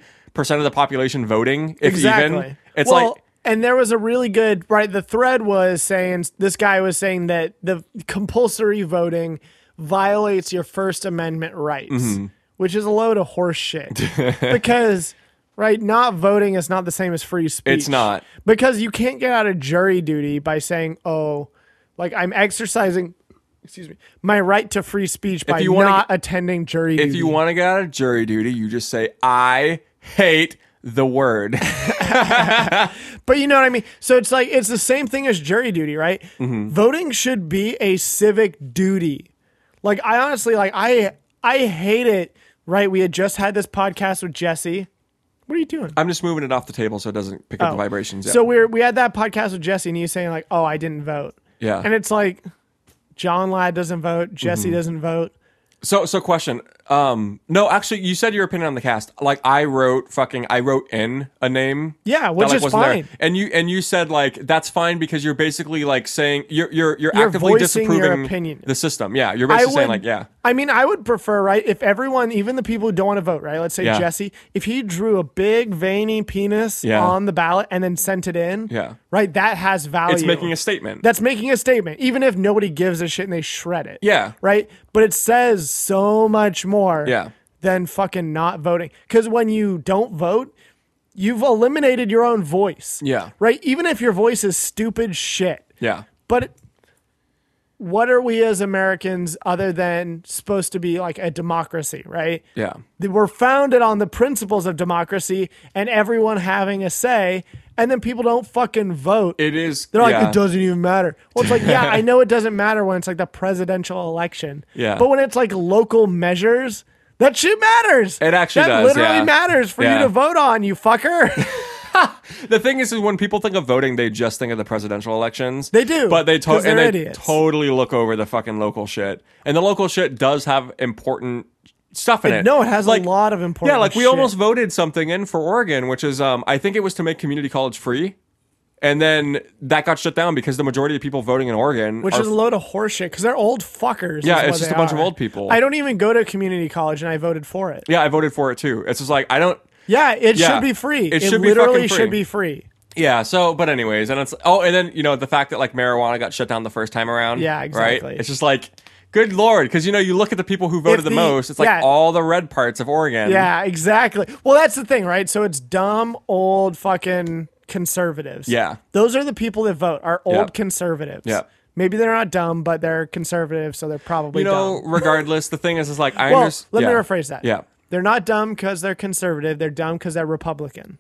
B: of the population voting, if even. It's
A: well,
B: like.
A: and there was a really good right. The thread was saying this guy was saying that the compulsory voting violates your First Amendment rights,
B: Mm-hmm.
A: which is a load of horse shit because. Right, not voting is not the same as free speech.
B: It's not.
A: because you can't get out of jury duty by saying, "Oh, like I'm exercising, excuse me, my right to free speech by
B: you wanna
A: not attending jury duty."
B: If you want to get out of jury duty, you just say, I hate the word.
A: But you know what I mean? So it's like it's the same thing as jury duty, right?
B: Mm-hmm.
A: Voting should be a civic duty. Like I honestly like I I hate it, right? We had just had this podcast with Jesse. What are you doing?
B: I'm just moving it off the table so it doesn't pick up the vibrations. Yeah.
A: Oh. So we're we had that podcast with Jesse and he's saying like, "Oh, I didn't vote."
B: Yeah. Mm-hmm.
A: And it's like John Ladd doesn't vote, Jesse doesn't vote.
B: so, so question. Um, no, actually, you said your opinion on the cast. Like, I wrote fucking, I wrote in a name.
A: Yeah,
B: that,
A: which
B: like,
A: is
B: wasn't there.
A: fine.
B: And you and you said like that's fine because you're basically like saying you're you're you're, actively
A: voicing your
B: disapproving
A: opinion.
B: the system. Yeah, you're
A: I
B: basically
A: would,
B: saying like yeah,
A: I mean, I would prefer, right? If everyone, even the people who don't want to vote, right? Let's say
B: Yeah.
A: Jesse, if he drew a big veiny penis
B: Yeah.
A: on the ballot and then sent it in,
B: Yeah.
A: right? That has value.
B: it's making a statement.
A: That's making a statement, even if nobody gives a shit and they shred it.
B: Yeah.
A: Right? But it says so much more
B: Yeah.
A: than fucking not voting. Because when you don't vote, you've eliminated your own voice.
B: Yeah.
A: Right? Even if your voice is stupid shit.
B: yeah,
A: But what are we as Americans other than supposed to be like a democracy, right?
B: yeah,
A: That We're founded on the principles of democracy and everyone having a say, and then people don't fucking vote.
B: it is.
A: They're like,
B: yeah.
A: it doesn't even matter. Well, it's like, yeah, I know it doesn't matter when it's like the presidential election.
B: Yeah.
A: But when it's like local measures, that shit matters.
B: It actually
A: that
B: does,
A: literally
B: yeah.
A: matters for
B: Yeah.
A: you to vote on, you fucker.
B: The thing is, is when people think of voting, they just think of the presidential elections.
A: They do,
B: but they to-
A: 'cause
B: and they
A: they're idiots.
B: totally look over the fucking local shit. And the local shit does have important stuff in it.
A: no, it has
B: like,
A: a lot of importance.
B: Yeah, like we
A: shit.
B: almost voted something in for Oregon, which is, um, I think it was to make community college free, and then that got shut down because the majority of people voting in Oregon,
A: which
B: are-
A: is a load of horseshit because they're old fuckers. is
B: Yeah, it's
A: what
B: just
A: they
B: a bunch of
A: are.
B: old people.
A: I don't even go to community college, and I voted for it.
B: yeah, I voted for it too. It's just like I don't.
A: Yeah, it
B: Yeah.
A: should be free. It,
B: It should be
A: literally
B: fucking free.
A: should be free.
B: Yeah. So, but anyways, and it's oh, and then you know the fact that like marijuana got shut down the first time around.
A: Yeah, exactly.
B: Right. It's just like, good lord, because you know you look at the people who voted
A: If
B: the,
A: the-
B: most. It's like
A: yeah.
B: all the red parts of Oregon.
A: Yeah, exactly. Well, that's the thing, right? So it's dumb old fucking conservatives.
B: Yeah.
A: Those are the people that vote are old
B: Yep.
A: conservatives.
B: Yep.
A: Maybe they're not dumb, but they're conservative, so they're probably
B: You know,
A: dumb.
B: regardless, the thing is, is like I
A: Well,
B: understand.
A: let me
B: yeah.
A: rephrase that.
B: Yeah.
A: They're not dumb because they're conservative. They're dumb because they're Republican.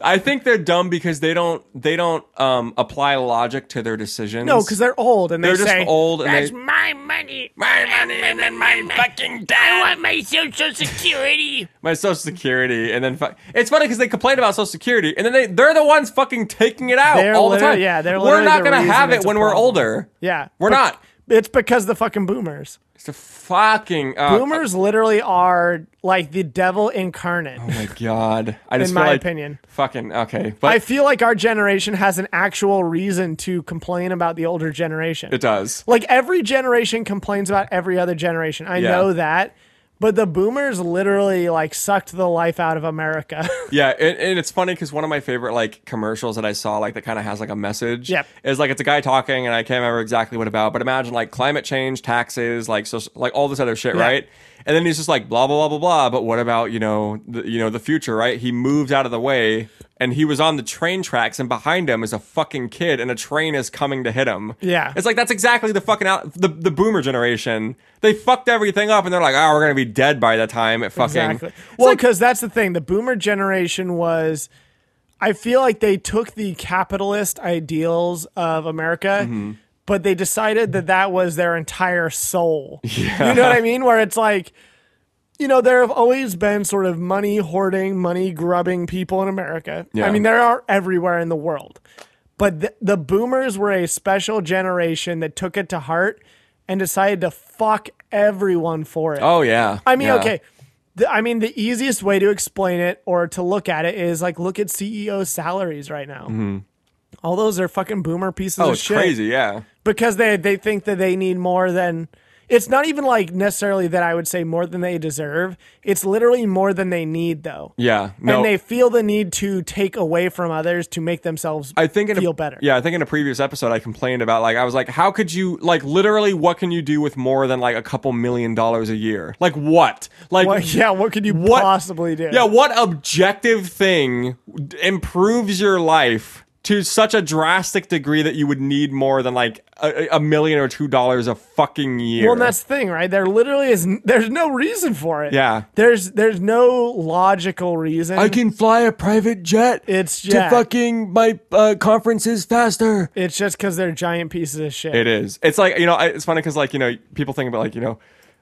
B: I think they're dumb because they don't they don't um, apply logic to their decisions.
A: No, because they're old and they
B: they're just
A: say,
B: old and
C: That's
B: they
C: my money.
B: my money and then my fucking
C: I
B: dad,
C: want my social security.
B: my social security, and then fu- it's funny because they complain about social security and then they they're the ones fucking taking it out
A: They're
B: all the
A: literally-
B: time.
A: yeah, they're
B: we're
A: literally
B: not
A: the
B: gonna
A: reason
B: have it
A: it's a
B: when we're
A: problem.
B: older.
A: yeah,
B: we're
A: But
B: not.
A: It's because the fucking boomers.
B: It's a fucking uh,
A: Boomers literally are like the devil incarnate.
B: Oh my god! I just
A: In
B: feel
A: my
B: like
A: opinion.
B: fucking okay, but
A: I feel like our generation has an actual reason to complain about the older generation.
B: it does.
A: like every generation complains about every other generation. I
B: Yeah.
A: know that. But the boomers literally like sucked the life out of America.
B: Yeah, and, and it's funny because one of my favorite like commercials that I saw like that kind of has like a message.
A: Yep.
B: Is like it's a guy talking, and I can't remember exactly what about, but imagine like climate change, taxes, like so, like all this other shit, right? And then he's just like blah blah blah blah blah. But what about you know the, you know the future, right? He moves out of the way, and he was on the train tracks, and behind him is a fucking kid, and a train is coming to hit him.
A: Yeah.
B: It's like that's exactly the fucking out the, the boomer generation. They fucked everything up, and they're like, oh, we're gonna be dead by the time it fucking.
A: Exactly. Well, because that's the thing. The boomer generation was, I feel like they took the capitalist ideals of America, but they decided that that was their entire soul. You know what I mean? Where it's like, you know, there have always been sort of money hoarding, money grubbing people in America.
B: Yeah.
A: I mean, there are everywhere in the world. But the, the boomers were a special generation that took it to heart and decided to fuck everyone for it.
B: Oh yeah.
A: I mean,
B: Yeah.
A: okay. The, I mean, the easiest way to explain it or to look at it is like look at CEO salaries right now. All those are fucking boomer pieces
B: Mm-hmm. Oh,
A: of
B: it's
A: shit
B: crazy. Yeah.
A: because they they think that they need more than. It's not even like necessarily that I would say more than they deserve. It's literally more than they need though.
B: Yeah. No.
A: And they feel the need to take away from others to make themselves
B: I think in
A: feel
B: a,
A: better.
B: Yeah, I think in a previous episode I complained about like I was like, how could you like literally what can you do with more than like a couple million dollars a year? Like what? Like
A: What, yeah, what could you
B: What-
A: possibly do?
B: Yeah, what objective thing d- improves your life to such a drastic degree that you would need more than like a, a million or two dollars a fucking year?
A: Well, and that's the thing, right? There literally is. n- There's no reason for it.
B: Yeah.
A: There's there's no logical reason.
B: I can fly a private jet
A: It's
B: to
A: jet.
B: fucking my uh, conferences faster.
A: it's just because they're giant pieces of shit.
B: It is. It's like you know. I- It's funny because like you know, people think about like you know,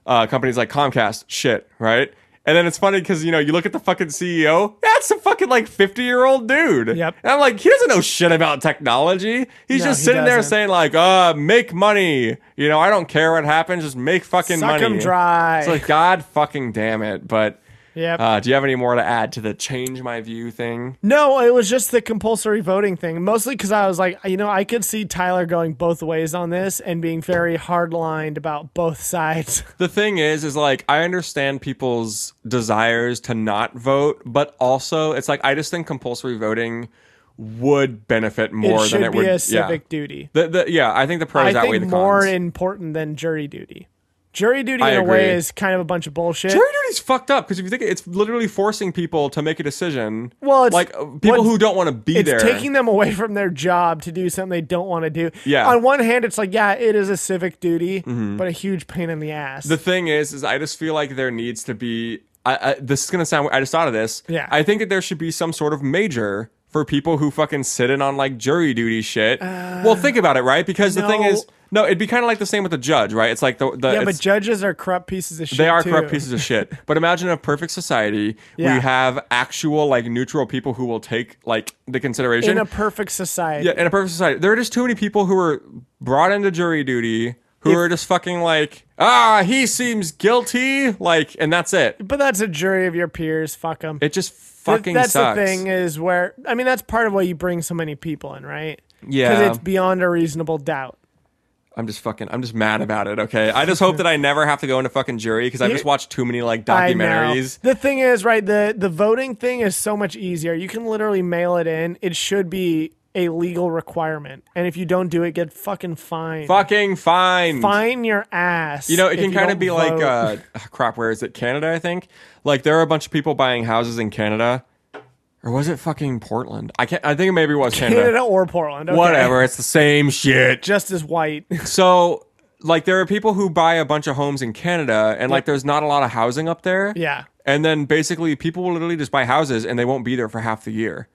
B: uh, companies like Comcast, shit, right? And then it's funny because you know, you look at the fucking CEO. That's a fucking like fifty year old dude.
A: Yep.
B: And I'm like, he doesn't know shit about technology. He's
A: No,
B: just
A: he
B: sitting there
A: doesn't.
B: saying like, uh, make money. You know, I don't care what happens. Just make fucking
A: Suck
B: money.
A: 'em dry.
B: It's like God fucking damn it. But
A: Yep.
B: uh, do you have any more to add to the change my view thing?
A: no, it was just the compulsory voting thing, mostly because I was like, you know, I could see Tyler going both ways on this and being very hard lined about both sides.
B: the thing is is like i understand people's desires to not vote but also it's like i just think compulsory voting would benefit
A: It
B: more
A: should
B: than it
A: be
B: would
A: a civic
B: yeah.
A: duty.
B: The, the, yeah i think the pros
A: I
B: outweigh
A: think
B: the
A: more
B: cons
A: important than jury duty. Jury duty,
B: I
A: in a
B: agree.
A: way, is kind of a bunch of bullshit.
B: Jury duty's fucked up because if you think it- it's literally forcing people to make a decision.
A: Well, it's-
B: like uh, people
A: what-
B: who don't want to be
A: it's
B: there.
A: taking them away from their job to do something they don't want to do.
B: Yeah. Mm-hmm.
A: On one hand, it's like, yeah, it is a civic duty, but a huge pain in the ass.
B: The thing is, is I just feel like there needs to be. I, I, this is gonna sound. I just thought of this.
A: Yeah.
B: I think that there should be some sort of major for people who fucking sit in on like jury duty shit. well, think about it, right? Because the thing
A: Uh, no.
B: is, no, it'd be kind of like the same with the judge, right? It's like the, the
A: yeah,
B: it's-
A: but judges are corrupt pieces of shit.
B: they are
A: too.
B: corrupt pieces of shit. But imagine a perfect society.
A: Yeah.
B: We have actual like neutral people who will take like the consideration.
A: in a perfect society.
B: Yeah, in a perfect society, there are just too many people who are brought into jury duty who are just fucking like, ah, he seems guilty, like, and that's it.
A: But that's a jury of your peers. Fuck them.
B: It just fucking
A: that's
B: sucks.
A: the thing is where I mean that's part of why you bring so many people in, right?
B: Yeah.
A: it's beyond a reasonable doubt.
B: I'm just fucking. I'm just mad about it. Okay, I just hope that I never have to go into fucking jury because I've
A: You-
B: just watched too many like
A: I know.
B: documentaries.
A: The thing is, right? The the voting thing is so much easier. You can literally mail it in. It should be a legal requirement, and if you don't do it, get fucking fined.
B: Fucking fine.
A: Fine your ass.
B: You know, it
A: if
B: can kind
A: don't
B: of be like,
A: vote.
B: uh, crap, where is it? Canada, I think. Like, there are a bunch of people buying houses in Canada. Or was it fucking Portland? I can't, I think it maybe was Canada.
A: Canada or Portland. okay.
B: Whatever, it's the same shit.
A: Just as white.
B: So like there are people who buy a bunch of homes in Canada and like there's not a lot of housing up there.
A: Yeah.
B: And then basically people will literally just buy houses and they won't be there for half the year.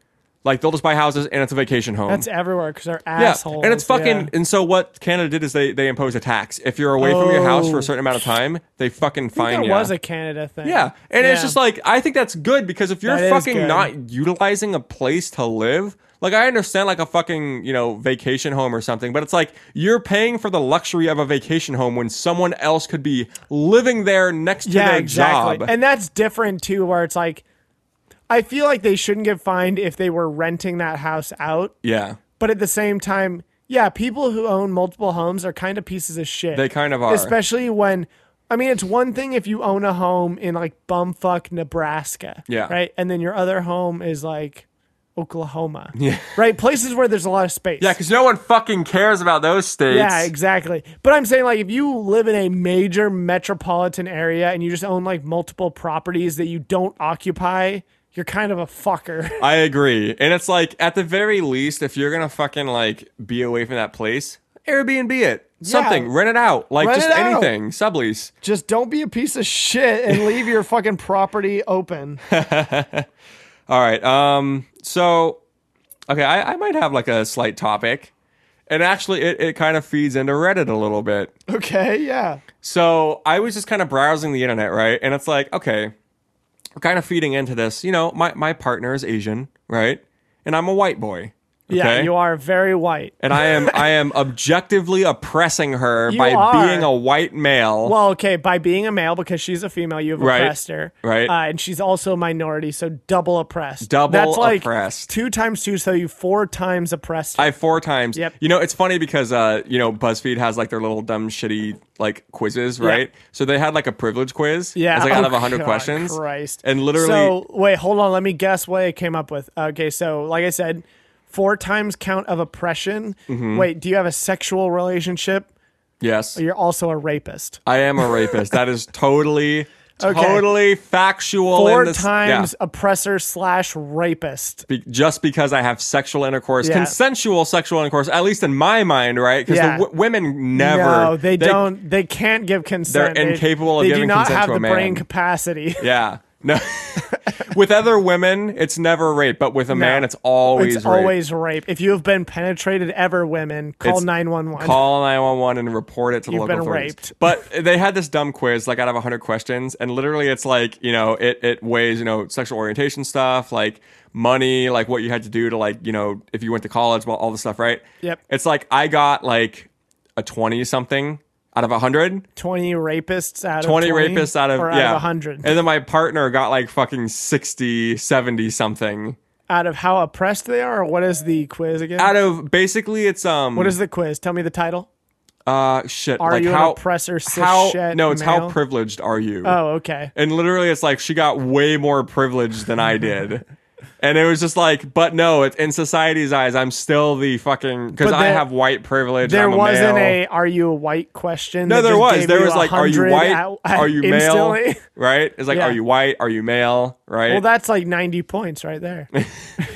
B: Like they'll just buy houses and it's a vacation home.
A: That's everywhere because they're
B: yeah.
A: assholes.
B: And it's fucking
A: yeah.
B: and so what Canada did is they they imposed a tax. If you're away from your house for a certain amount of time, they
A: Oh.
B: fucking
A: I
B: fine
A: think
B: you.
A: that was a Canada thing.
B: Yeah. And it's
A: Yeah.
B: just like, I think that's good because if you're
A: That is
B: fucking
A: good.
B: not utilizing a place to live, like I understand like a fucking, you know, vacation home or something, but it's like you're paying for the luxury of a vacation home when someone else could be living there next to
A: yeah,
B: their
A: exactly.
B: job.
A: And that's different too, where it's like, I feel like they shouldn't get fined if they were renting that house out,
B: yeah.
A: but at the same time, yeah, people who own multiple homes are kind of pieces of shit.
B: They kind of are.
A: especially when. I mean, it's one thing if you own a home in like bumfuck Nebraska,
B: Yeah.
A: right, and then your other home is like Oklahoma, yeah, right, places where there's a lot of space,
B: yeah, because no one fucking cares about those states.
A: Yeah, exactly. But I'm saying like if you live in a major metropolitan area and you just own like multiple properties that you don't occupy, you're kind of a fucker.
B: I agree. And it's like, at the very least, if you're gonna fucking like be away from that place, Airbnb it. Something. Rent it out. Like
A: Rent
B: just
A: it out.
B: anything. Sublease.
A: just don't be a piece of shit and leave your fucking property open.
B: All right. Um. So, okay, I, I might have like a slight topic, and actually, it, it kind of feeds into Reddit a little bit.
A: Okay, yeah.
B: So I was just kind of browsing the internet, right? And it's like, okay, we're kind of feeding into this. You know, my my partner is Asian, right? And I'm a white boy. Okay?
A: Yeah, you are very white.
B: And I am I am objectively oppressing her
A: You
B: by
A: are.
B: being a white male.
A: Well, okay, by being a male because she's a female, you've
B: Right,
A: oppressed her.
B: right.
A: Uh, and she's also a minority, so double oppressed.
B: Double
A: That's like
B: oppressed.
A: Two times two, so you four times oppressed. her.
B: I have four times.
A: Yep.
B: You know, it's funny because uh, you know, BuzzFeed has like their little dumb shitty like quizzes, right? So they had like a privilege quiz.
A: Yeah,
B: It's like out
A: Oh,
B: of hundred
A: God
B: questions.
A: Christ.
B: And literally
A: So wait, hold on. Let me guess what I came up with. Okay, so like I said, four times count of oppression.
B: Mm-hmm.
A: Wait, do you have a sexual relationship?
B: Yes.
A: You're also a rapist.
B: I am a rapist. that is totally
A: Okay.
B: totally factual in
A: Four
B: this-
A: times
B: yeah.
A: oppressor slash rapist.
B: Be- just because I have sexual intercourse,
A: Yeah.
B: consensual sexual intercourse, at least in my mind, right? Because
A: Yeah.
B: the w- women never.
A: no, they, don't. They can't give consent.
B: They're
A: They-
B: incapable of
A: they
B: giving
A: do not
B: consent
A: have
B: to a
A: the brain
B: man.
A: capacity.
B: Yeah. No. with other women, it's never rape, but with a man, it's always
A: it's
B: rape.
A: always rape. If you have been penetrated ever, women call
B: It's-
A: nine one one.
B: call 911 and report it to the
A: You've
B: local
A: been
B: authorities.
A: raped.
B: But they had this dumb quiz, like out of 100 questions, and literally it's like, you know, it, it weighs, you know, sexual orientation stuff, like money, like what you had to do to, like, you know, if you went to college, well, all the stuff, right?
A: Yep.
B: It's like I got like a 20 something out of 100,
A: Twenty rapists out
B: 20
A: of
B: rapists out of,
A: or
B: yeah.
A: out of hundred.
B: And then my partner got like fucking 60, 70 something.
A: out of how oppressed they are, or what is the quiz again?
B: Out of basically it's, um,
A: what is the quiz? Tell me the title.
B: uh, shit.
A: Are
B: like
A: you an
B: how,
A: oppressor, cis
B: how,
A: shit
B: no, it's how
A: male?
B: privileged are you?
A: Oh, okay.
B: And literally, it's like she got way more privilege than I did. And it was just like, but no, it's in society's eyes, I'm still the fucking because
A: But
B: I
A: there-
B: have white privilege.
A: There
B: I'm a
A: wasn't
B: male.
A: a "Are you a white?" question.
B: no,
A: that
B: there
A: just
B: was
A: gave
B: there was
A: a
B: like, are you
A: 100
B: white?
A: out-
B: are you male?
A: instantly.
B: Right? It's like,
A: Yeah.
B: are you white? Are you male? Right?
A: Well, that's like ninety points right there,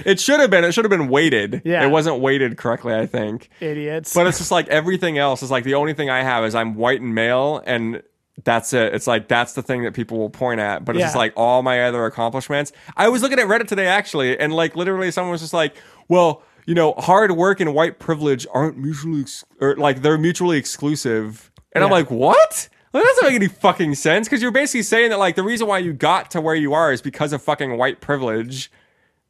B: it should have been. It should have been weighted.
A: Yeah.
B: it wasn't weighted correctly. I think.
A: idiots.
B: But it's just like everything else is like the only thing I have is I'm white and male, and that's it. It's like that's the thing that people will point at. But it's just
A: Yeah.
B: like all my other accomplishments. I was looking at Reddit today actually, and like literally someone was just like, well, you know, hard work and white privilege aren't mutually ex- or like they're mutually exclusive. And I'm
A: Yeah.
B: like, what? Like, that doesn't make any fucking sense because you're basically saying that like the reason why you got to where you are is because of fucking white privilege.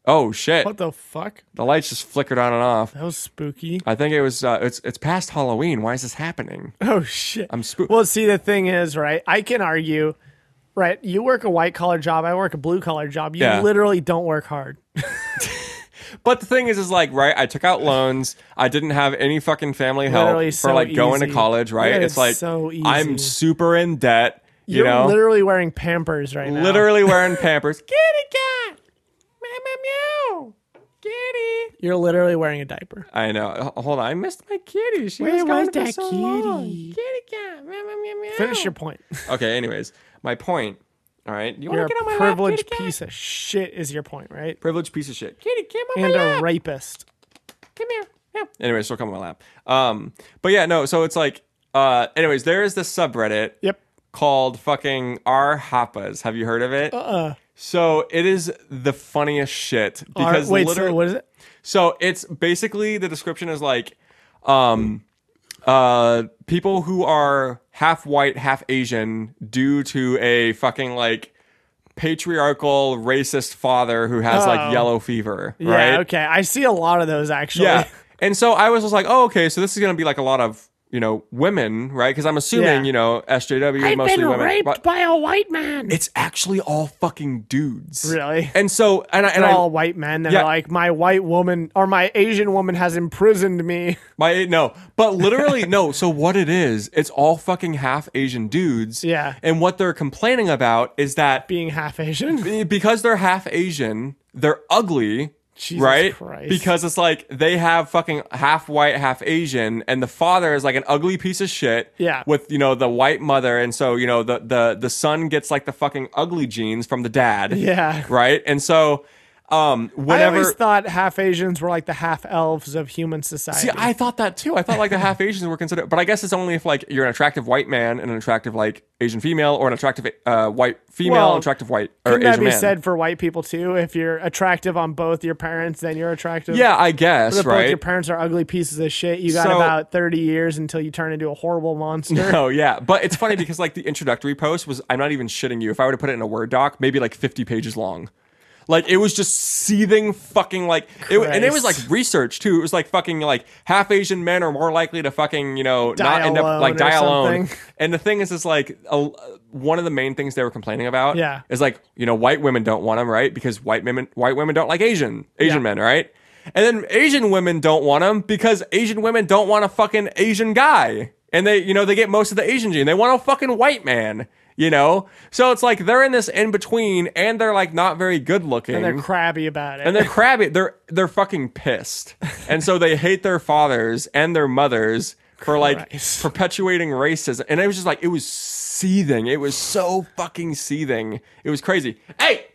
B: Oh shit!
A: what the fuck?
B: The lights just flickered on and off.
A: That was spooky.
B: I think it was. Uh, it's it's past Halloween. Why is this happening?
A: Oh shit.
B: I'm spooked.
A: Well, see, the thing is, right? I can argue, right? You work a white collar job. I work a blue collar job. You
B: Yeah.
A: literally don't work hard.
B: but the thing is, is like right. I took out loans. I didn't have any fucking family help
A: Literally
B: for
A: so
B: like going to
A: easy.
B: college. Right?
A: That
B: it's
A: is
B: like
A: so easy.
B: I'm super in debt. You
A: You're
B: know, literally,
A: literally wearing Pampers right now.
B: wearing Pampers. Kitty cat, mama meow, kitty.
A: You're literally wearing a diaper.
B: I know. H- Hold on, I missed my kitty. She
A: Where
B: was, gone
A: was
B: for
A: that
B: so long.
A: kitty?
B: Kitty cat, mama meow meow.
A: Finish your point.
B: Okay. Anyways, my point. All right. You
A: You're
B: want to get on my
A: a
B: lap,
A: privileged
B: kitty cat?
A: piece of shit, is your point, right?
B: Privileged piece of shit. Kitty, come on my
A: And
B: lap.
A: a rapist.
B: Come here. Anyway, she'll come on my lap. Um, but yeah, no. So it's like Uh, anyways, there is this subreddit
A: Yep.
B: called fucking R Hoppas. Have you heard of it? Uh-uh. So it is the funniest shit
A: All right,
B: because
A: wait,
B: literally,
A: so what is it?
B: so it's basically the description is like, um, uh, people who are half white, half Asian, due to a fucking like patriarchal racist father who has
A: Oh.
B: like yellow fever,
A: Yeah,
B: right?
A: okay. I see a lot of those actually.
B: Yeah. And so I was just like, oh, okay, so this is going to be like a lot of, you know, women, right? Because I'm assuming,
A: Yeah.
B: you know, SJW is
C: I've
B: mostly
C: been
B: women.
C: raped
B: but
C: by a white man.
B: it's actually all fucking dudes.
A: Really?
B: And so, and I, and
A: They're
B: I,
A: all white men that
B: Yeah.
A: are like, my white woman or my Asian woman has imprisoned me.
B: My no, but literally no. So what it is, it's all fucking half Asian dudes.
A: Yeah.
B: And what they're complaining about is that
A: Being half Asian.
B: be- because they're half Asian, they're ugly.
A: Jesus
B: right?
A: Christ.
B: Because it's like they have fucking half white, half Asian, and the father is like an ugly piece of shit.
A: Yeah.
B: With you know the white mother, and so you know the the the son gets like the fucking ugly genes from the dad.
A: Yeah.
B: Right. And so, um, whenever
A: I always thought half Asians were like the half elves of human society.
B: See, I thought that too. I thought like the half Asians were considered, but I guess it's only if like you're an attractive white man and an attractive like Asian female, or an attractive uh, white female,
A: Well,
B: and attractive white or
A: Couldn't
B: Asian
A: that be
B: man.
A: said for white people too? If you're attractive on both your parents, then you're attractive.
B: yeah, I
A: But
B: guess
A: if both your
B: right.
A: parents are ugly pieces of shit, you got
B: So-
A: about 30 years until you turn into a horrible monster.
B: Oh yeah, but it's funny because like the introductory post was I'm not even shitting you. If I were to put it in a Word doc, maybe like 50 pages long. Like it was just seething fucking like it, and it was like
A: Christ.
B: research too. It was like fucking like half Asian men are more likely to fucking you know not
A: Die
B: end up
A: alone
B: like
A: or
B: die alone.
A: something.
B: And the thing is, is like a, one of the main things they were complaining about.
A: Yeah.
B: is like you know white women don't want them right because white women white women don't like Asian Asian
A: Yeah.
B: men right, and then Asian women don't want them because Asian women don't want a fucking Asian guy, and they you know they get most of the Asian gene. They want a fucking white man. You know, so it's like they're in this in between, and they're like not very good looking,
A: and they're crabby about it.
B: and they're crabby. They're they're fucking pissed, and so they hate their fathers and their mothers for like
A: Christ.
B: perpetuating racism. And it was just like it was seething. It was so fucking seething. It was crazy. Hey,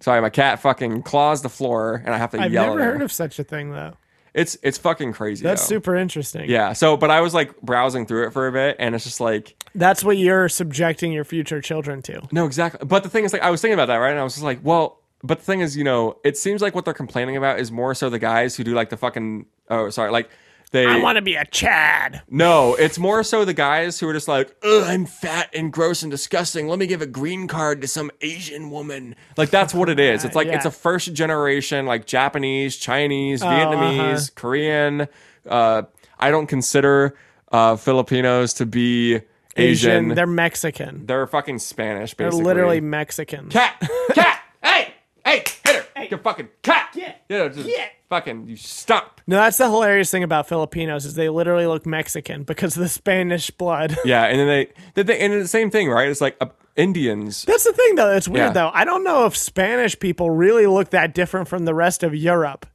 B: sorry, my cat fucking claws the floor, and I have to
A: I've
B: yell. at
A: never
B: her.
A: heard of such a thing though.
B: It's it's fucking crazy.
A: That's
B: though.
A: super interesting.
B: Yeah. So, but I was like browsing through it for a bit, and it's just like
A: That's what you're subjecting your future children to.
B: No, exactly. But the thing is, like, I was thinking about that, right? And I was just like, well, but the thing is, you know, it seems like what they're complaining about is more so the guys who do like the fucking. Oh, sorry, like they.
C: I want to be a Chad.
B: no, it's more so the guys who are just like, Ugh, I'm fat and gross and disgusting. Let me give a green card to some Asian woman. Like that's what it is. It's like it's
A: Yeah.
B: a first generation, like Japanese, Chinese, Vietnamese, Korean. Uh, I don't consider uh, Filipinos to be Asian. They're,
A: They're Mexican.
B: fucking Spanish,
A: They're
B: basically.
A: literally Mexican.
B: Cat! Cat! hey! Hey! Hit her! You fucking cat! Yeah! Yeah! Just Fucking, you stop!
A: No, that's the hilarious thing about Filipinos is they literally look Mexican because of the Spanish blood.
B: Yeah, and then they, the thing, and the same thing, right? It's like uh, Indians.
A: That's the thing though. It's weird
B: Yeah.
A: though. I don't know if Spanish people really look that different from the rest of Europe.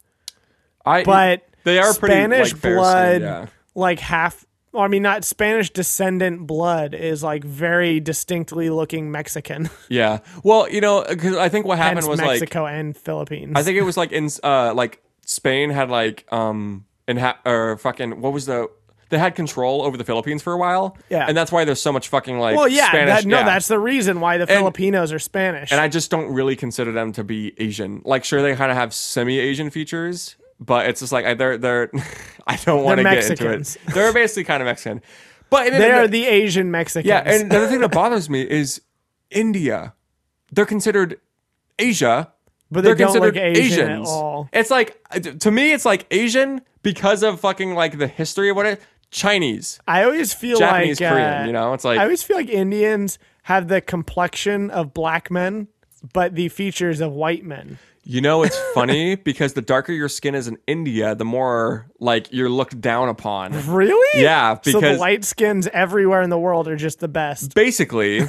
B: I,
A: but
B: they are
A: Spanish
B: pretty, like, fair
A: blood,
B: skinned, yeah.
A: like half. Well, I mean, not Spanish descendant blood is like very distinctly looking Mexican.
B: Yeah. Well, you know, because I think what happened
A: Hence
B: was like,
A: Mexico and Philippines.
B: I think it was like in uh like Spain had like um and ha- or fucking what was the they had control over the Philippines for a while.
A: Yeah.
B: And that's why there's so much fucking like
A: well, yeah,
B: Spanish.
A: that, no,
B: yeah.
A: that's the reason why the Filipinos are Spanish.
B: and I just don't really consider them to be Asian. Like, sure, they kind of have semi-Asian features, but it's just like I, they're they're. I don't want to
A: They're
B: get into it.
A: Mexicans.
B: They're basically kind of Mexican, but and then-
A: they are the Asian Mexicans.
B: yeah. And the other thing that bothers me is India. They're considered Asia,
A: but they
B: they're
A: don't look
B: considered
A: Asian
B: Asians.
A: at all.
B: It's like to me, it's like Asian because of fucking like the history of what it Chinese,
A: I always feel
B: Japanese,
A: like
B: Korean.
A: uh,
B: You know, it's like
A: I always feel like Indians have the complexion of black men, but the features of white men.
B: You know, it's funny because the darker your skin is in India, the more like you're looked down upon.
A: Really?
B: Yeah,
A: so the
B: because-
A: light skins everywhere in the world are just the best.
B: Basically, and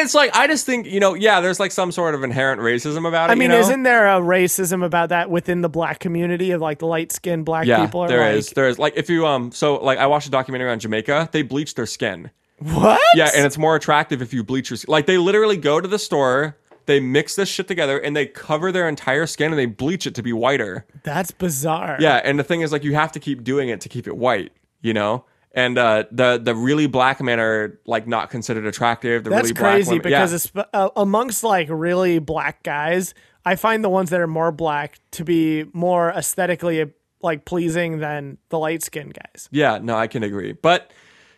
B: it's like I just think you know, yeah, there's like some sort of inherent racism about it.
A: I mean,
B: you know?
A: isn't there a racism about that within the black community of like the light skinned black
B: yeah,
A: people? Are
B: there
A: like,
B: is, there is. Like if you um, so like I watched a documentary on Jamaica, they bleach their skin.
A: What?
B: Yeah, and it's more attractive if you bleach your skin. Like they literally go to the store, they mix this shit together, and they cover their entire skin and they bleach it to be whiter.
A: That's bizarre.
B: Yeah, and the thing is, like, you have to keep doing it to keep it white, you know? And uh, the the really black men are like not considered attractive. The
A: That's
B: really
A: crazy
B: black women,
A: because
B: yeah.
A: it's, uh, amongst like really black guys, I find the ones that are more black to be more aesthetically like pleasing than the light skinned guys.
B: Yeah, no, I can agree. But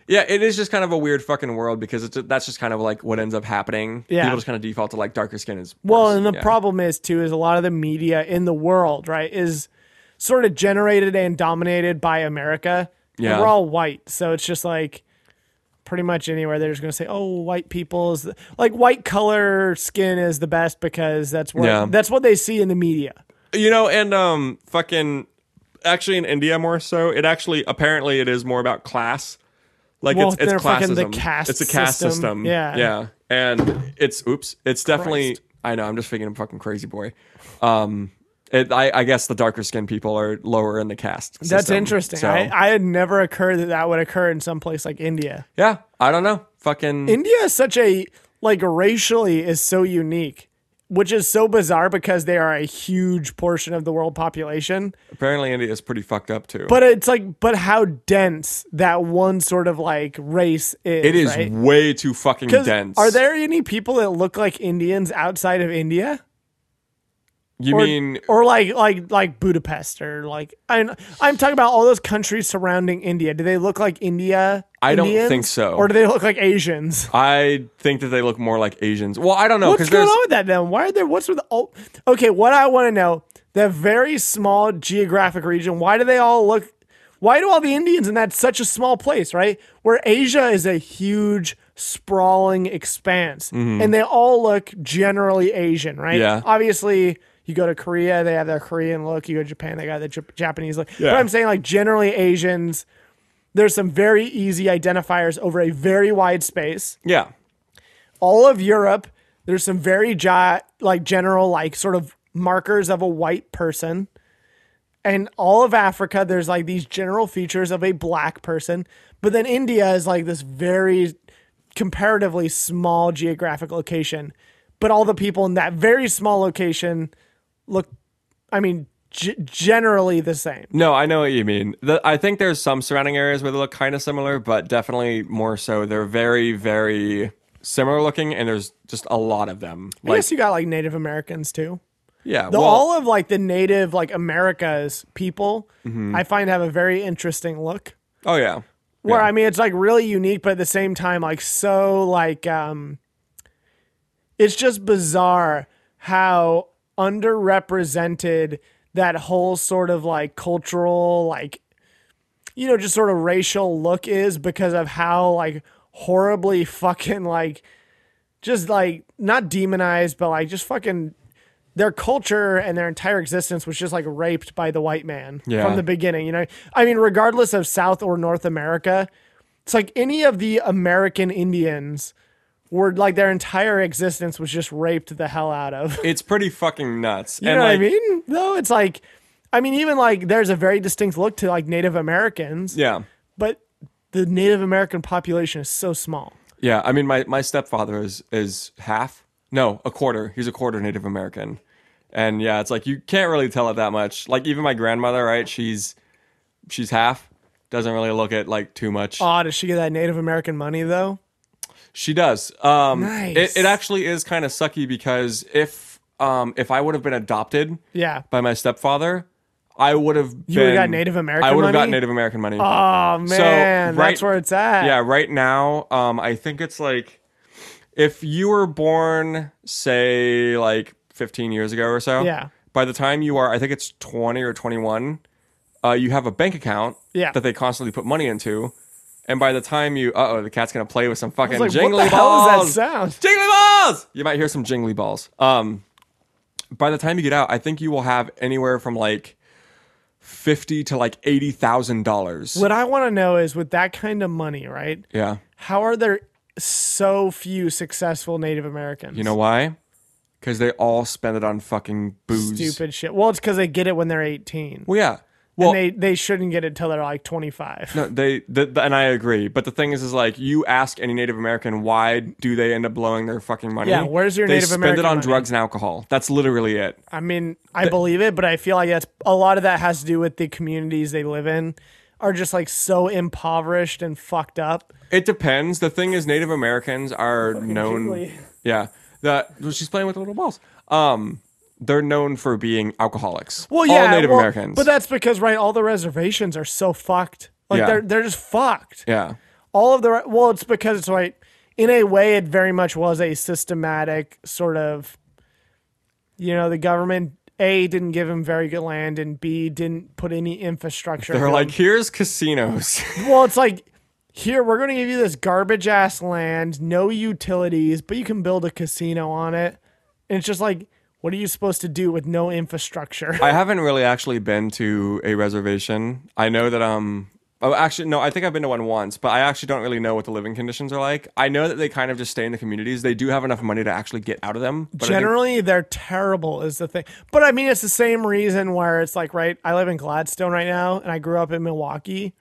B: yeah, it is just kind of a weird fucking world because it's that's just kind of like what ends up happening.
A: Yeah.
B: People just kind of default to like darker skin is
A: Well,
B: worse.
A: and the
B: Yeah.
A: problem is too is a lot of the media in the world, right, is sort of generated and dominated by America. And
B: Yeah.
A: we're all white, so it's just like pretty much anywhere they're just going to say, "Oh, white people is the, like white color skin is the best because that's where
B: Yeah.
A: that's what they see in the media."
B: You know, and um, fucking actually in India more so. It actually apparently it is more about class. Like
A: Well,
B: it's it's
A: they're fucking the
B: classism.
A: caste
B: it's a caste
A: system.
B: system.
A: Yeah.
B: yeah, and it's oops. It's definitely. I know. I'm just thinking I'm fucking crazy boy. Um, it, I, I guess the darker skinned people are lower in the caste.
A: That's
B: system.
A: interesting.
B: So,
A: I, I had never occurred that that would occur in some place like India.
B: yeah, I don't know. Fucking
A: India is such a like racially is so unique, which is so bizarre because they are a huge portion of the world population.
B: apparently India is pretty fucked up too.
A: But it's like, but how dense that one sort of like race is.
B: it is
A: right?
B: way too fucking
A: 'Cause
B: dense.
A: Are there any people that look like Indians outside of India?
B: You
A: Or,
B: mean
A: or like like like Budapest or like I'm I'm talking about all those countries surrounding India. Do they look like India?
B: I don't
A: Indians?
B: think so.
A: Or do they look like Asians?
B: I think that they look more like Asians. Well, I don't know
A: What's
B: because
A: going
B: there's
A: on with that then? Why are there? What's with all? Okay, what I want to know: that very small geographic region. Why do they all look? Why do all the Indians in that such a small place, right? Where Asia is a huge sprawling expanse, and they all look generally Asian, right?
B: Mm-hmm. Yeah.
A: Obviously, you go to Korea, they have their Korean look. You go to Japan, they got the Jap- Japanese look.
B: Yeah.
A: But I'm saying, like, generally Asians. There's some very easy identifiers over a very wide space
B: yeah.
A: all of Europe. There's some very gi- like general like sort of markers of a white person. And all of Africa, there's like these general features of a black person. But then India is like this very comparatively small geographic location. But all the people in that very small location look, I mean, g- generally the same.
B: No, I know what you mean. The, I think there's some surrounding areas where they look kind of similar, but definitely more so. They're very, very similar looking, and there's just a lot of them.
A: I
B: Like,
A: guess you got like Native Americans too.
B: yeah,
A: The,
B: well,
A: all of like the native like Americas people,
B: Mm-hmm.
A: I find have a very interesting look.
B: oh yeah,
A: Where
B: Yeah.
A: I mean, it's like really unique, but at the same time, like so like um, it's just bizarre how underrepresented that whole sort of like cultural like you know just sort of racial look is because of how like horribly fucking like just like not demonized but like just fucking their culture and their entire existence was just like raped by the white man
B: Yeah.
A: from the beginning you know i mean regardless of south or north america it's like any of the american indians were like their entire existence was just raped the hell out of
B: it's pretty fucking nuts.
A: you
B: and
A: know
B: like,
A: what I mean? Though it's like, I mean, even like there's a very distinct look to like Native Americans,
B: yeah,
A: but the Native American population is so small.
B: yeah. I mean, my my stepfather is is half, no, a quarter. He's a quarter Native American, and yeah, it's like you can't really tell it that much. Like even my grandmother, right? She's she's half. Doesn't really look at like too much.
A: Aw, does she get that Native American money though?
B: She does. Um,
A: Nice.
B: it, it actually is kind of sucky because if um, if I would have been adopted
A: Yeah.
B: by my stepfather, I would have
A: You would've got Native American
B: I would have
A: money?
B: got Native American money.
A: Oh man,
B: right-
A: that's where it's at.
B: yeah, right now, um, I think it's like if you were born, say, like 15 years ago or so.
A: Yeah.
B: By the time you are, I think it's 20 or 21, uh, you have a bank account
A: Yeah.
B: that they constantly put money into. And by the time you, uh oh, the cat's gonna play with some fucking
A: It's like,
B: jingly
A: what the hell
B: balls.
A: is that sound?
B: Jingly balls! You might hear some jingly balls. Um, by the time you get out, I think you will have anywhere from like fifty to like eighty thousand dollars.
A: What I want to know is with that kind of money, right?
B: Yeah.
A: How are there so few successful Native Americans?
B: You know why? Because they all spend it on fucking booze.
A: stupid shit. Well, it's because they get it when they're 18.
B: Well, yeah. Well,
A: and they, they shouldn't get it till they're like 25.
B: No, they the, the- and I agree, but the thing is, is like you ask any Native American, why do they end up blowing their fucking money?
A: Yeah, where's your
B: they
A: Native
B: spend
A: American
B: it on
A: money?
B: drugs and alcohol. That's literally it.
A: I mean, I believe it, but I feel like that's a lot of that has to do with the communities they live in. are just like so impoverished and fucked up.
B: It depends. The thing is, Native Americans are known.
A: jiggly.
B: Yeah, that well, she's playing with the little balls. Um, they're known for being alcoholics.
A: Well, yeah,
B: all Native
A: well,
B: Americans.
A: But that's because right, all the reservations are so fucked. Like
B: Yeah.
A: they're they're just fucked.
B: yeah,
A: All of the re- well, it's because it's right. In a way, it very much was a systematic sort of. You know, the government a didn't give him very good land, and b didn't put any infrastructure.
B: they're
A: to
B: like
A: him.
B: here's casinos.
A: well, it's like. Here we're going to give you this garbage ass land, no utilities, but you can build a casino on it. And it's just like, what are you supposed to do with no infrastructure?
B: I haven't really actually been to a reservation. I know that um oh actually no, I think I've been to one once, but I actually don't really know what the living conditions are like. I know that they kind of just stay in the communities. They do have enough money to actually get out of them. But I think-
A: Generally, they're terrible, is the thing. But I mean, it's the same reason where it's like, right? I live in Gladstone right now, and I grew up in Milwaukee.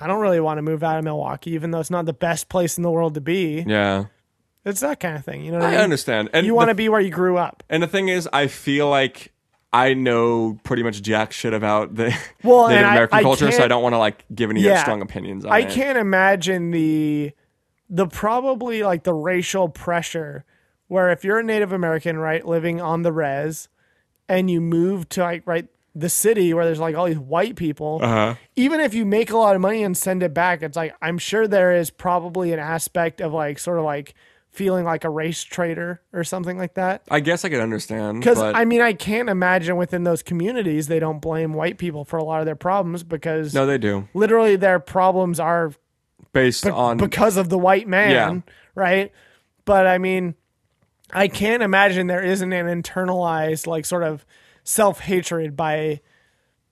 A: I don't really want to move out of Milwaukee, even though it's not the best place in the world to be.
B: yeah.
A: It's that kind of thing, you know. What I,
B: I
A: mean?
B: understand. And
A: You
B: the
A: want to be where you grew up.
B: And the thing is, I feel like I know pretty much jack shit about the
A: Well,
B: Native
A: and I-
B: American
A: I
B: culture, so I
A: can't-
B: don't want to like give any
A: Yeah.
B: strong opinions on
A: I
B: it.
A: can't imagine the the probably like the racial pressure where if you're a Native American, right, living on the res and you move to like right the city where there's like all these white people,
B: Uh-huh.
A: even if you make a lot of money and send it back, it's like I'm sure there is probably an aspect of like sort of like feeling like a race traitor or something like that.
B: I guess I could understand
A: Because
B: but-
A: I mean, I can't imagine within those communities they don't blame white people for a lot of their problems because
B: no, they do
A: literally their problems are
B: based on
A: because of the white man, right? But I mean, I can't imagine there isn't an internalized like sort of self hatred by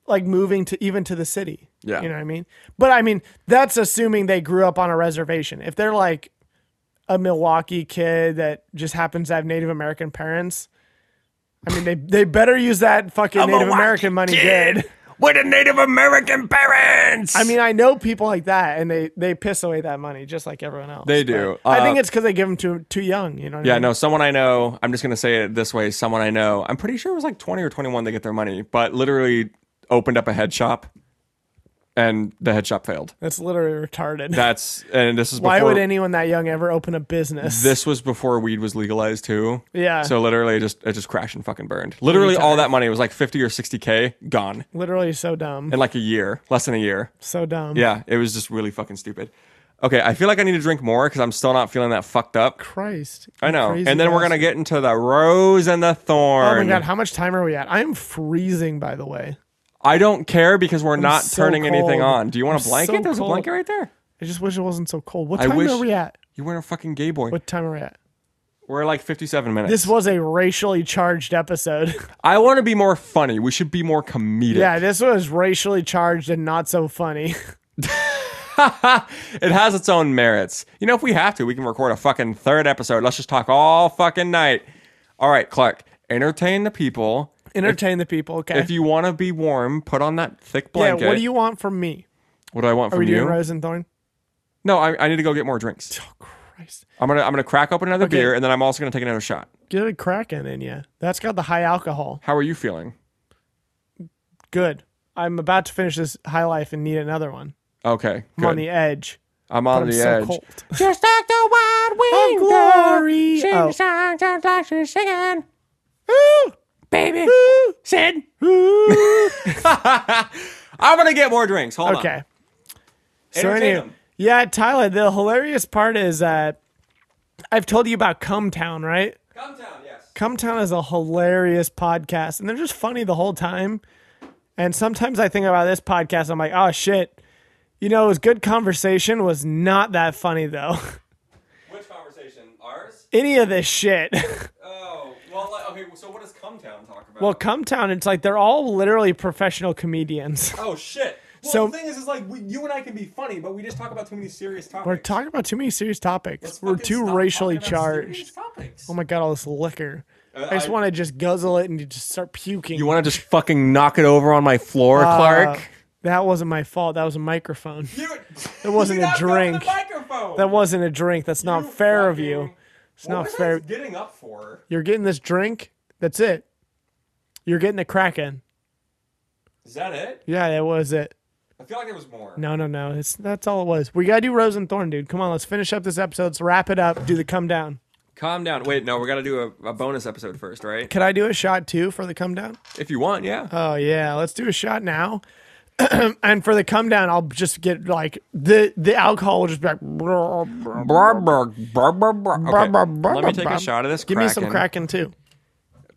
A: like moving to even to the city.
B: Yeah.
A: you know what I mean. But I mean, that's assuming they grew up on a reservation. If they're like a Milwaukee kid that just happens to have Native American parents. I mean, they, they better use that fucking Native American money good.
B: with a Native American parents.
A: I mean, I know people like that, and they they piss away that money just like everyone else.
B: They do.
A: but I think
B: Uh,
A: it's because they give them too too young. You know? What I
B: yeah,
A: mean?
B: no, someone I know, I'm just going to say it this way. Someone I know, I'm pretty sure it was like 20 or 21 they get their money, but literally opened up a head shop and the head shop failed.
A: that's literally retarded.
B: That's, and this is before.
A: Why would anyone that young ever open a business?
B: this was before weed was legalized too.
A: Yeah.
B: So literally, it just it just crashed and fucking burned. Literally, all that money was like fifty or sixty k gone
A: literally so dumb,
B: in like a year, less than a year.
A: so dumb.
B: Yeah, it was just really fucking stupid. Okay, I feel like I need to drink more because I'm still not feeling that fucked up.
A: Christ.
B: I
A: you
B: know.
A: crazy
B: And then we're gonna
A: bastard.
B: get into the rose and the
A: Oh
B: thorn.
A: my god, how much time are we at? I'm freezing. By the way,
B: I don't care because we're not
A: so
B: turning
A: cold.
B: anything on. Do you want
A: I'm
B: a blanket?
A: so
B: There's a
A: cold.
B: blanket right there.
A: I just wish it wasn't so cold. What
B: I
A: time
B: wish-
A: are we at?
B: You weren't a fucking gay boy.
A: What time are we at?
B: We're like 57 minutes.
A: This was a racially charged episode.
B: I want to be more funny. We should be more comedic.
A: yeah, this was racially charged and not so funny.
B: it has its own merits. You know, if we have to, we can record a fucking third episode. Let's just talk all fucking night. All right, Clark, entertain the people.
A: Entertain the people, okay?
B: If you want to be warm, put on that thick
A: yeah,
B: blanket.
A: what do you want from me?
B: What do I want
A: Are we
B: from
A: doing
B: you?
A: Rose and Thorn? Oh,
B: No, I, I need to go get more drinks.
A: Christ.
B: I'm gonna I'm gonna crack open another
A: Okay.
B: beer, and then I'm also gonna take another shot.
A: Get a Kraken in you. That's got the high alcohol.
B: How are you feeling?
A: Good. I'm about to finish this high life and need another one.
B: Okay,
A: I'm
B: good.
A: on the edge.
B: I'm on
A: I'm
B: the
A: so
B: edge.
A: cold.
C: Just like the wild
A: Oh,
C: wind.
A: glory.
C: Sing
A: Oh.
C: songs just like she's singing. Baby. Sid.
B: I'm gonna get more drinks. Hold on.
A: Okay. So
B: Entertain
A: anyway,
B: them.
A: yeah, Tyler, the hilarious part is that I've told you about Cumtown, right?
B: Come down. Yes.
A: Cumtown is a hilarious podcast, and they're just funny the whole time. And sometimes I think about this podcast, I'm like, oh shit. You know, it was good conversation was not that funny though.
B: Which conversation? Ours?
A: Any of this shit.
B: Oh, well, like, okay. So what does Come Town talk about?
A: Well, Cumtown, it's like they're all literally professional comedians.
B: Oh shit. Well,
A: So-
B: the thing is, is like we, you and I can be funny, but we just talk about too many serious topics.
A: We're talking about too many serious topics.
B: Let's
A: We're
B: fucking
A: too
B: stop
A: racially
B: talking about serious
A: charged.
B: topics.
A: Oh my god, all this liquor.
B: Uh,
A: I just
B: I-
A: want to just guzzle it and just start puking.
B: You want to just fucking knock it over on my floor,
A: Uh,
B: Clark?
A: That wasn't my fault. That was a microphone.
B: You, it
A: wasn't a drink.
B: The microphone.
A: That wasn't a drink. That's not fair of you.
B: fucking-
A: It's
B: what
A: not
B: was I
A: fair.
B: Getting up for.
A: You're getting this drink. That's it. You're getting the Kraken.
B: Is that it?
A: Yeah, that was it.
B: I feel like there was more.
A: No, no, no. It's that's all it was. We gotta do Rose and Thorn, dude. Come on, let's finish up this episode. Let's wrap it up. Do the come down.
B: Calm down. Wait, no, we got to do a, a bonus episode first, right?
A: Could I do a shot too for the come down?
B: If you want, yeah.
A: Oh yeah, let's do a shot now. and for the come down, I'll just get like the the alcohol will just be like.
B: Brr, brr, brr, brr, brr. Okay,
A: brr, brr,
B: Let me take
A: brr.
B: a shot of this.
A: Give me some Kraken
B: Kraken.
A: too,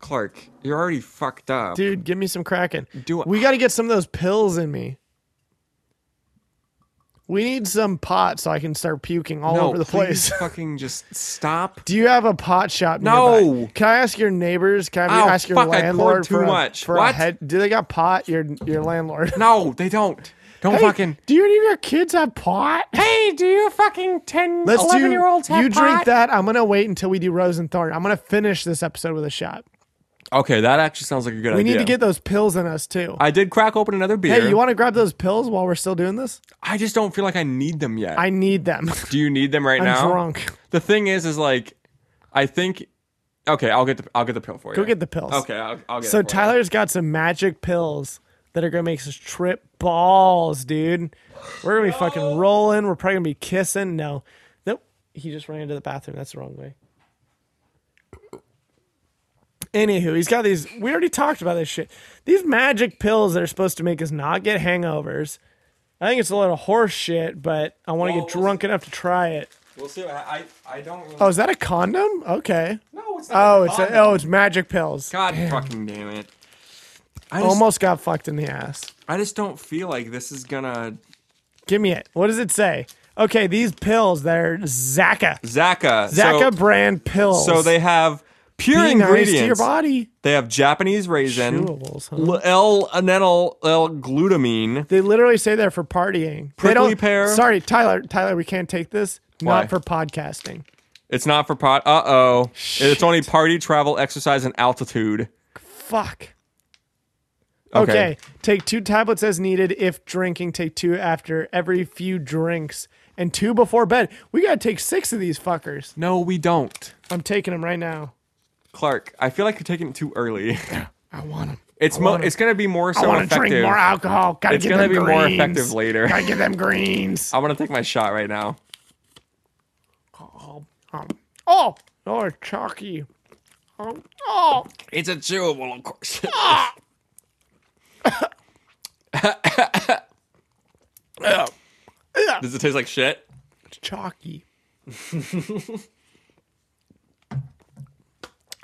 B: Clark. You're already fucked up.
A: dude. Give me some Kraken.
B: Do it.
A: We got to get some of those pills in me. We need some pot so I can start puking all
B: no,
A: over the place.
B: please fucking just stop.
A: Do you have a pot shop?
B: No.
A: nearby? Can I ask your neighbors? Can I
B: Ow,
A: ask your
B: fuck, I poured
A: landlord
B: too
A: for a-
B: much.
A: for a
B: What?
A: head? Do they got pot? Your your landlord.
B: No, they don't. Don't
A: Hey,
B: fucking.
A: Do you any of your kids have pot?
C: Hey, do you fucking 10,
A: Let's
C: 11
A: do.
C: year olds have
A: you
C: pot?
A: drink that. I'm gonna wait until we do Rose and Thorn. I'm gonna finish this episode with a shot.
B: Okay, that actually sounds like a good
A: We
B: idea.
A: need to get those pills in us too.
B: I did crack open another beer.
A: hey, you want to grab those pills while we're still doing this?
B: I just don't feel like I need them yet.
A: I need them.
B: Do you need them right
A: I'm
B: now?
A: drunk.
B: The thing is, is like, I think. Okay, I'll get the I'll get the pill for you.
A: Go get the pills.
B: Okay, I'll, I'll get.
A: So
B: it for you.
A: Tyler's got some magic pills that are gonna make us trip balls, dude. We're gonna be fucking rolling. We're probably gonna be kissing. No, nope. He just ran into the bathroom. That's the wrong way. Anywho, he's got these. We already talked about this shit. These magic pills that are supposed to make us not get hangovers. I think it's a lot of horse shit, but I want to
B: Well,
A: get drunk enough to try it.
B: We'll see. what I I, I don't. Really,
A: Oh, is that a condom? Okay.
B: no, it's not.
A: Oh, it's a, oh, it's magic pills.
B: God fucking damn it. I just,
A: Almost got fucked in the ass.
B: I just don't feel like this is gonna
A: Give me it. What does it say? Okay, these pills, they're Zaka.
B: Zaka.
A: Zaka brand pills.
B: So, so they have pure
A: Be nice
B: ingredients.
A: to your body.
B: They have Japanese raisin,
A: Chewables, huh?
B: l- L-anenyl L-glutamine.
A: They literally say they're for partying. They
B: Prickly
A: don't,
B: pear.
A: Sorry, Tyler. Tyler, we can't take this.
B: Why?
A: Not for podcasting.
B: It's not for pot. Uh oh. It's only party, travel, exercise, and altitude.
A: Fuck. Okay. Take two tablets as needed. If drinking, take two after every few drinks and two before bed. We gotta take six of these fuckers.
B: No, we don't.
A: I'm taking them right now.
B: Clark, I feel like you're taking it too early.
A: I want them.
B: It's mo- it's gonna be more so
A: I want to
B: effective.
A: drink more alcohol. Gotta
B: it's
A: get
B: gonna
A: them
B: be more
A: greens.
B: effective later.
A: Gotta get them greens.
B: I want to take my shot right now.
A: Oh, oh, it's chalky. Oh, oh,
B: It's a chewable, of course. Does it taste like shit?
A: it's chalky.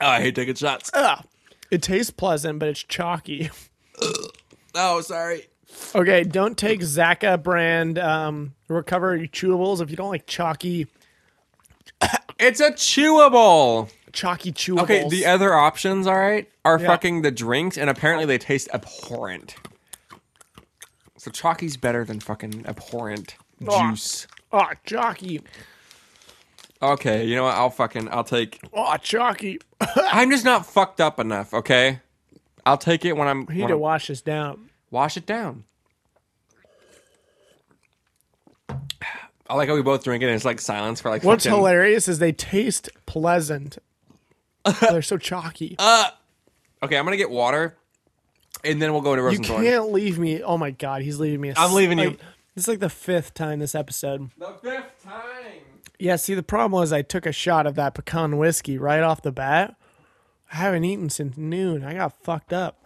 B: Oh, I hate taking shots.
A: It tastes pleasant, but it's chalky.
B: Oh, sorry.
A: Okay, don't take Zaka brand um, recovery chewables if you don't like chalky,
B: It's a chewable.
A: chalky chewables.
B: Okay, the other options, all right, are
A: Yeah.
B: fucking the drinks, and apparently they taste abhorrent. So chalky's better than fucking abhorrent
A: Ah.
B: juice.
A: oh, chalky,
B: Okay, you know what? I'll fucking I'll take.
A: oh, chalky.
B: I'm just not fucked up enough. Okay, I'll take it when I'm.
A: We need
B: when
A: to
B: I'm-
A: wash this down.
B: wash it down. I like how we both drink it and it's like silence for like
A: What's
B: fucking-
A: hilarious is they taste pleasant. They're so chalky.
B: Uh, Okay, I'm gonna get water and then we'll go to Rose
A: you
B: and
A: can't
B: Thorn.
A: leave me. Oh my god, he's leaving me. i
B: I'm leaving you.
A: It's like the fifth time this episode.
B: The fifth time.
A: Yeah, see, the problem was I took a shot of that pecan whiskey right off the bat. I haven't eaten since noon. I got fucked up.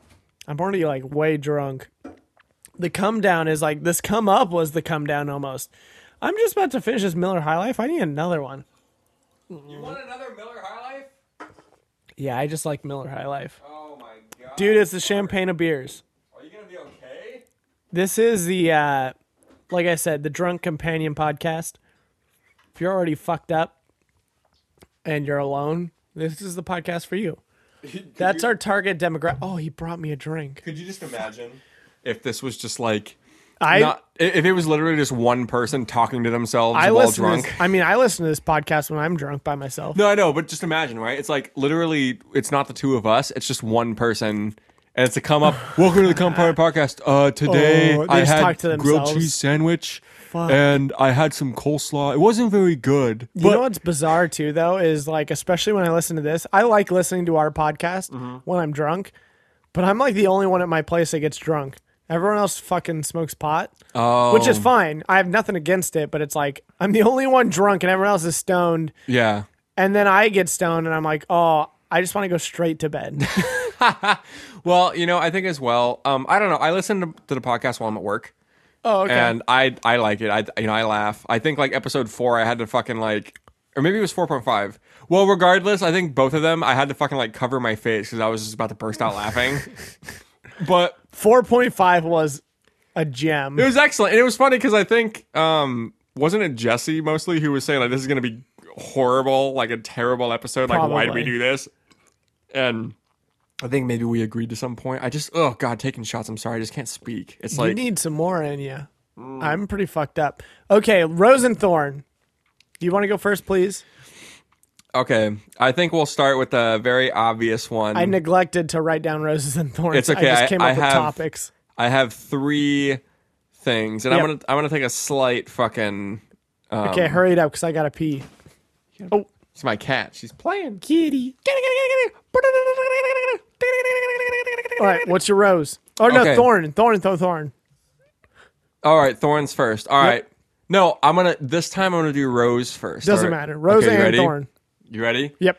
A: I'm already like way drunk. The come down is like this come up was the come down almost. I'm just about to finish this Miller High Life. I need another one.
B: You want another Miller High Life?
A: Yeah, I just like Miller High Life.
B: Oh my god.
A: Dude, it's the champagne of beers.
B: Are you gonna be okay?
A: This is the uh like I said, the drunk companion podcast. If you're already fucked up and you're alone, this is the podcast for you. That's our target demographic. Oh, he brought me a drink.
B: Could you just imagine if this was just like
A: I
B: not i- if it was literally just one person talking to themselves
A: I
B: while
A: listen. To
B: drunk?
A: this, I mean, I listen to this podcast when I'm drunk by myself.
B: No, I know, but just imagine, right? It's like literally, it's not the two of us; it's just one person, and it's a come up. Welcome to the Come Party Podcast. Uh, today
A: Oh, they
B: I
A: just
B: had
A: talk to
B: grilled
A: themselves.
B: cheese sandwich, and I had some coleslaw. It wasn't very good,
A: you
B: but
A: know what's bizarre too, though, is like especially when I listen to this. I like
B: Mm-hmm.
A: listening to our podcast when I'm drunk, but I'm like the only one at my place that gets drunk. Everyone else fucking smokes pot,
B: Oh,
A: which is fine. I have nothing against it, but it's like I'm the only one drunk and everyone else is stoned.
B: yeah.
A: And then I get stoned and I'm like, oh, I just want to go straight to bed.
B: Well, you know, I think as well. Um, I don't know. I listen to, to the podcast while I'm at work,
A: oh, okay.
B: and I I like it. I you know I laugh. I think like episode four, I had to fucking like, or maybe it was four point five. Well, regardless, I think both of them, I had to fucking like cover my face because I was just about to burst out laughing. but
A: 4.5 was a gem.
B: It was excellent, and it was funny because I think um, wasn't it Jesse mostly who was saying like this is going to be horrible, like a terrible episode. Like why did we
A: Probably.
B: do this? And I think maybe we agreed to some point. I just oh god, taking shots. I'm sorry, I just can't speak. It's
A: you
B: like
A: need some more in you. I'm pretty fucked up. Okay, Rosenthorn. Do you want to go first, please?
B: okay. I think we'll start with the very obvious one.
A: I neglected to write down roses and thorns.
B: Hmm. It's okay,
A: I just
B: I-
A: came
B: I
A: up with
B: have-
A: topics.
B: I have three things, and I'm
A: Yep.
B: gonna I'm gonna take a slight fucking.
A: okay,
B: um,
A: hurry it up because I gotta pee. Oh,
B: It's my cat. She's playing.
A: kitty. All right, what's your rose? Oh no,
B: Okay.
A: thorn, thorn, thorn, thorn.
B: All right, Thorns first. All right. No, I'm gonna this time I'm gonna do Rose first.
A: Doesn't
B: All right.
A: matter. Rose
B: Okay, you
A: and
B: ready?
A: thorn.
B: You ready?
A: Yep.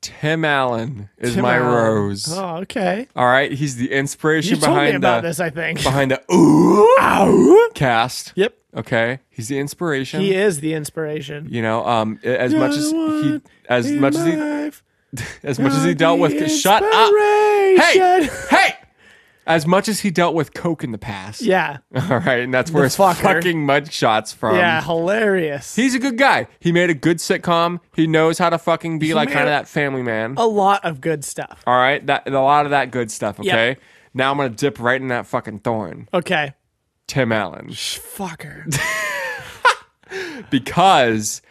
B: Tim Allen is
A: Tim
B: my
A: Allen.
B: rose.
A: Oh, okay.
B: All right, he's the inspiration
A: You told me
B: behind
A: about
B: the
A: this, I think.
B: behind the ooh Ow! cast.
A: Yep.
B: Okay, he's the inspiration.
A: He is the inspiration.
B: You know, um, as much as he, as
A: In
B: much as
A: my
B: he,
A: life,
B: as much as he
A: I'm
B: dealt with,
A: the
B: shut up. Hey,
A: inspiration.
B: hey. As much as he dealt with coke in the past.
A: Yeah.
B: All right, and that's where his
A: fucker.
B: fucking mud shots from.
A: Yeah, hilarious.
B: He's a good guy. He made a good sitcom. He knows how to fucking be like
A: made
B: kind of
A: a- Oh.
B: that family man.
A: a lot of good stuff.
B: All right, that and a lot of that good stuff. Okay, now I'm gonna dip right in that fucking thorn,
A: Okay.
B: Tim Allen,
A: Fucker.
B: because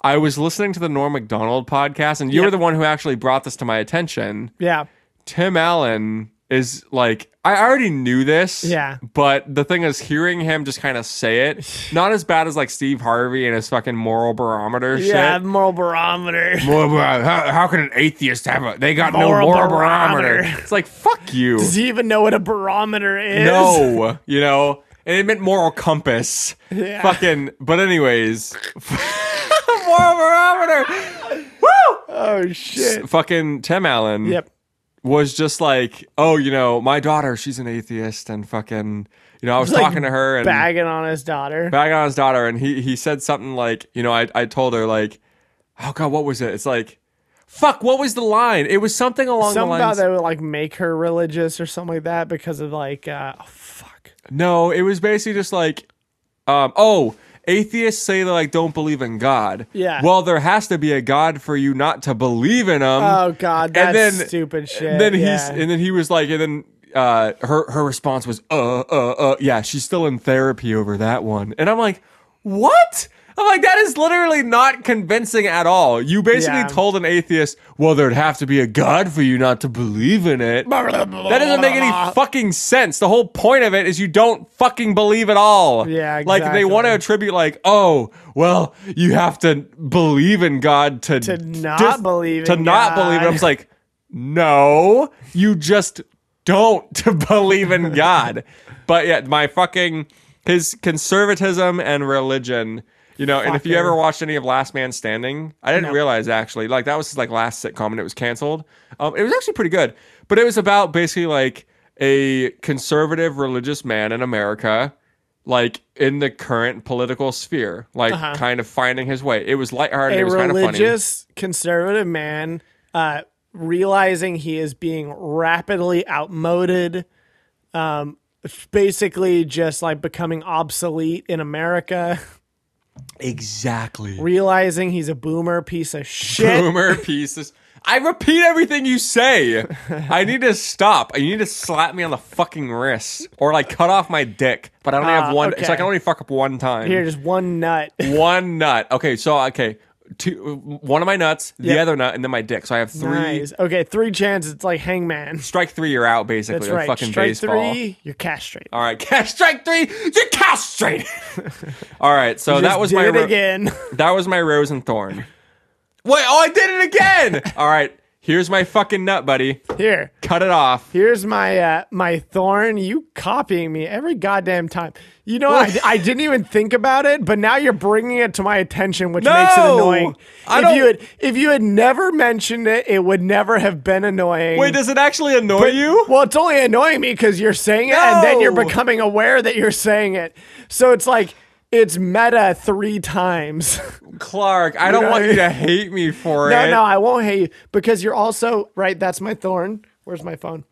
B: I was listening to the Norm Macdonald podcast, and you were the one who actually brought this to my attention.
A: Yeah.
B: Tim Allen is like I already knew this.
A: Yeah.
B: But the thing is hearing him just kind of say it, not as bad as like Steve Harvey and his fucking moral barometer
A: Yeah,
B: shit.
A: moral barometer.
B: Moral bar- How, how can an atheist have a they got
A: Moral
B: no moral barometer.
A: barometer.
B: It's like fuck you.
A: Does he even know what a barometer is?
B: No. You know? And it meant moral compass.
A: Yeah.
B: Fucking but anyways. moral barometer.
A: Oh shit.
B: fucking Tim Allen.
A: Yep.
B: was just like, oh, you know, my daughter, she's an atheist, and fucking, you know, I was
A: Like,
B: talking to her and bagging
A: bagging on his daughter.
B: on his daughter, and he he said something like, you know, I I told her like, oh god, what was it? It's like, fuck, what was the line? It was something along
A: Something
B: the
A: about
B: lines.
A: that would like make her religious or something like that because of like uh oh, fuck.
B: no, it was basically just like, um, oh. Atheists say they like don't believe in God.
A: Yeah.
B: Well, there has to be a God for you not to believe in him.
A: Oh god, that's
B: And then-
A: stupid shit.
B: And then he's
A: yeah.
B: and then he was like, and then uh, her her response was, uh, uh, uh, yeah, she's still in therapy over that one. And I'm like, what? I'm like, that is literally not convincing at all. You basically
A: Yeah.
B: told an atheist, well, there'd have to be a god for you not to believe in it. That doesn't make any fucking sense. The whole point of it is you don't fucking believe at all.
A: Yeah,
B: Like they want to attribute, like, oh, well, you have to believe in God to to
A: not believe
B: to
A: in
B: not
A: God.
B: believe. in- I was like, no, you just don't to believe in God. but yeah, my fucking his conservatism and religion. You know, and if you
A: Fucker.
B: ever watched any of Last Man Standing, I didn't realize actually, like that was his like last sitcom and it was canceled. Um, it was actually pretty good, but it was about basically like a conservative religious man in America, like in the current political sphere, like kind of finding his way. It was lighthearted.
A: Uh-huh. a
B: it was kind of funny.
A: religious conservative man uh, realizing he is being rapidly outmoded um, f- basically just like becoming obsolete in america
B: Exactly.
A: realizing he's a boomer piece of shit
B: Boomer pieces. I repeat everything you say. I need to stop. You need to slap me on the fucking wrist or like cut off my dick. But I only
A: Ah,
B: have one. So
A: okay.
B: I can only fuck up one time.
A: here just one nut
B: One nut. Okay. So, okay. Two, one of my nuts, the
A: Yep.
B: other nut, and then my dick. So I have three.
A: nice okay three chances it's like hangman
B: Strike three, you're out basically.
A: that's
B: like
A: right
B: fucking
A: strike
B: baseball. Oh,
A: three you're castrated
B: All right. Strike three, you're castrated. All right. So that
A: Just
B: was
A: did
B: my
A: it
B: ro-
A: again
B: That was my rose and thorn. Wait, oh, I did it again! All right, Here's my fucking nut, buddy.
A: Here,
B: Cut it off.
A: here's my uh, my thorn. You copying me every goddamn time. You know, I, I didn't even think about it, but now you're bringing it to my attention, which makes it
B: No!
A: annoying.
B: I
A: if
B: don't-
A: you had if you had never mentioned it, it would never have been annoying.
B: Wait, does it actually annoy you?
A: Well, it's only annoying me because you're saying it and then you're
B: No.
A: becoming aware that you're saying it. So it's like it's meta three times.
B: Clark, I don't
A: know-
B: want you to hate me for
A: no,
B: it.
A: no, I won't hate you because you're also right. That's my thorn. Where's my phone?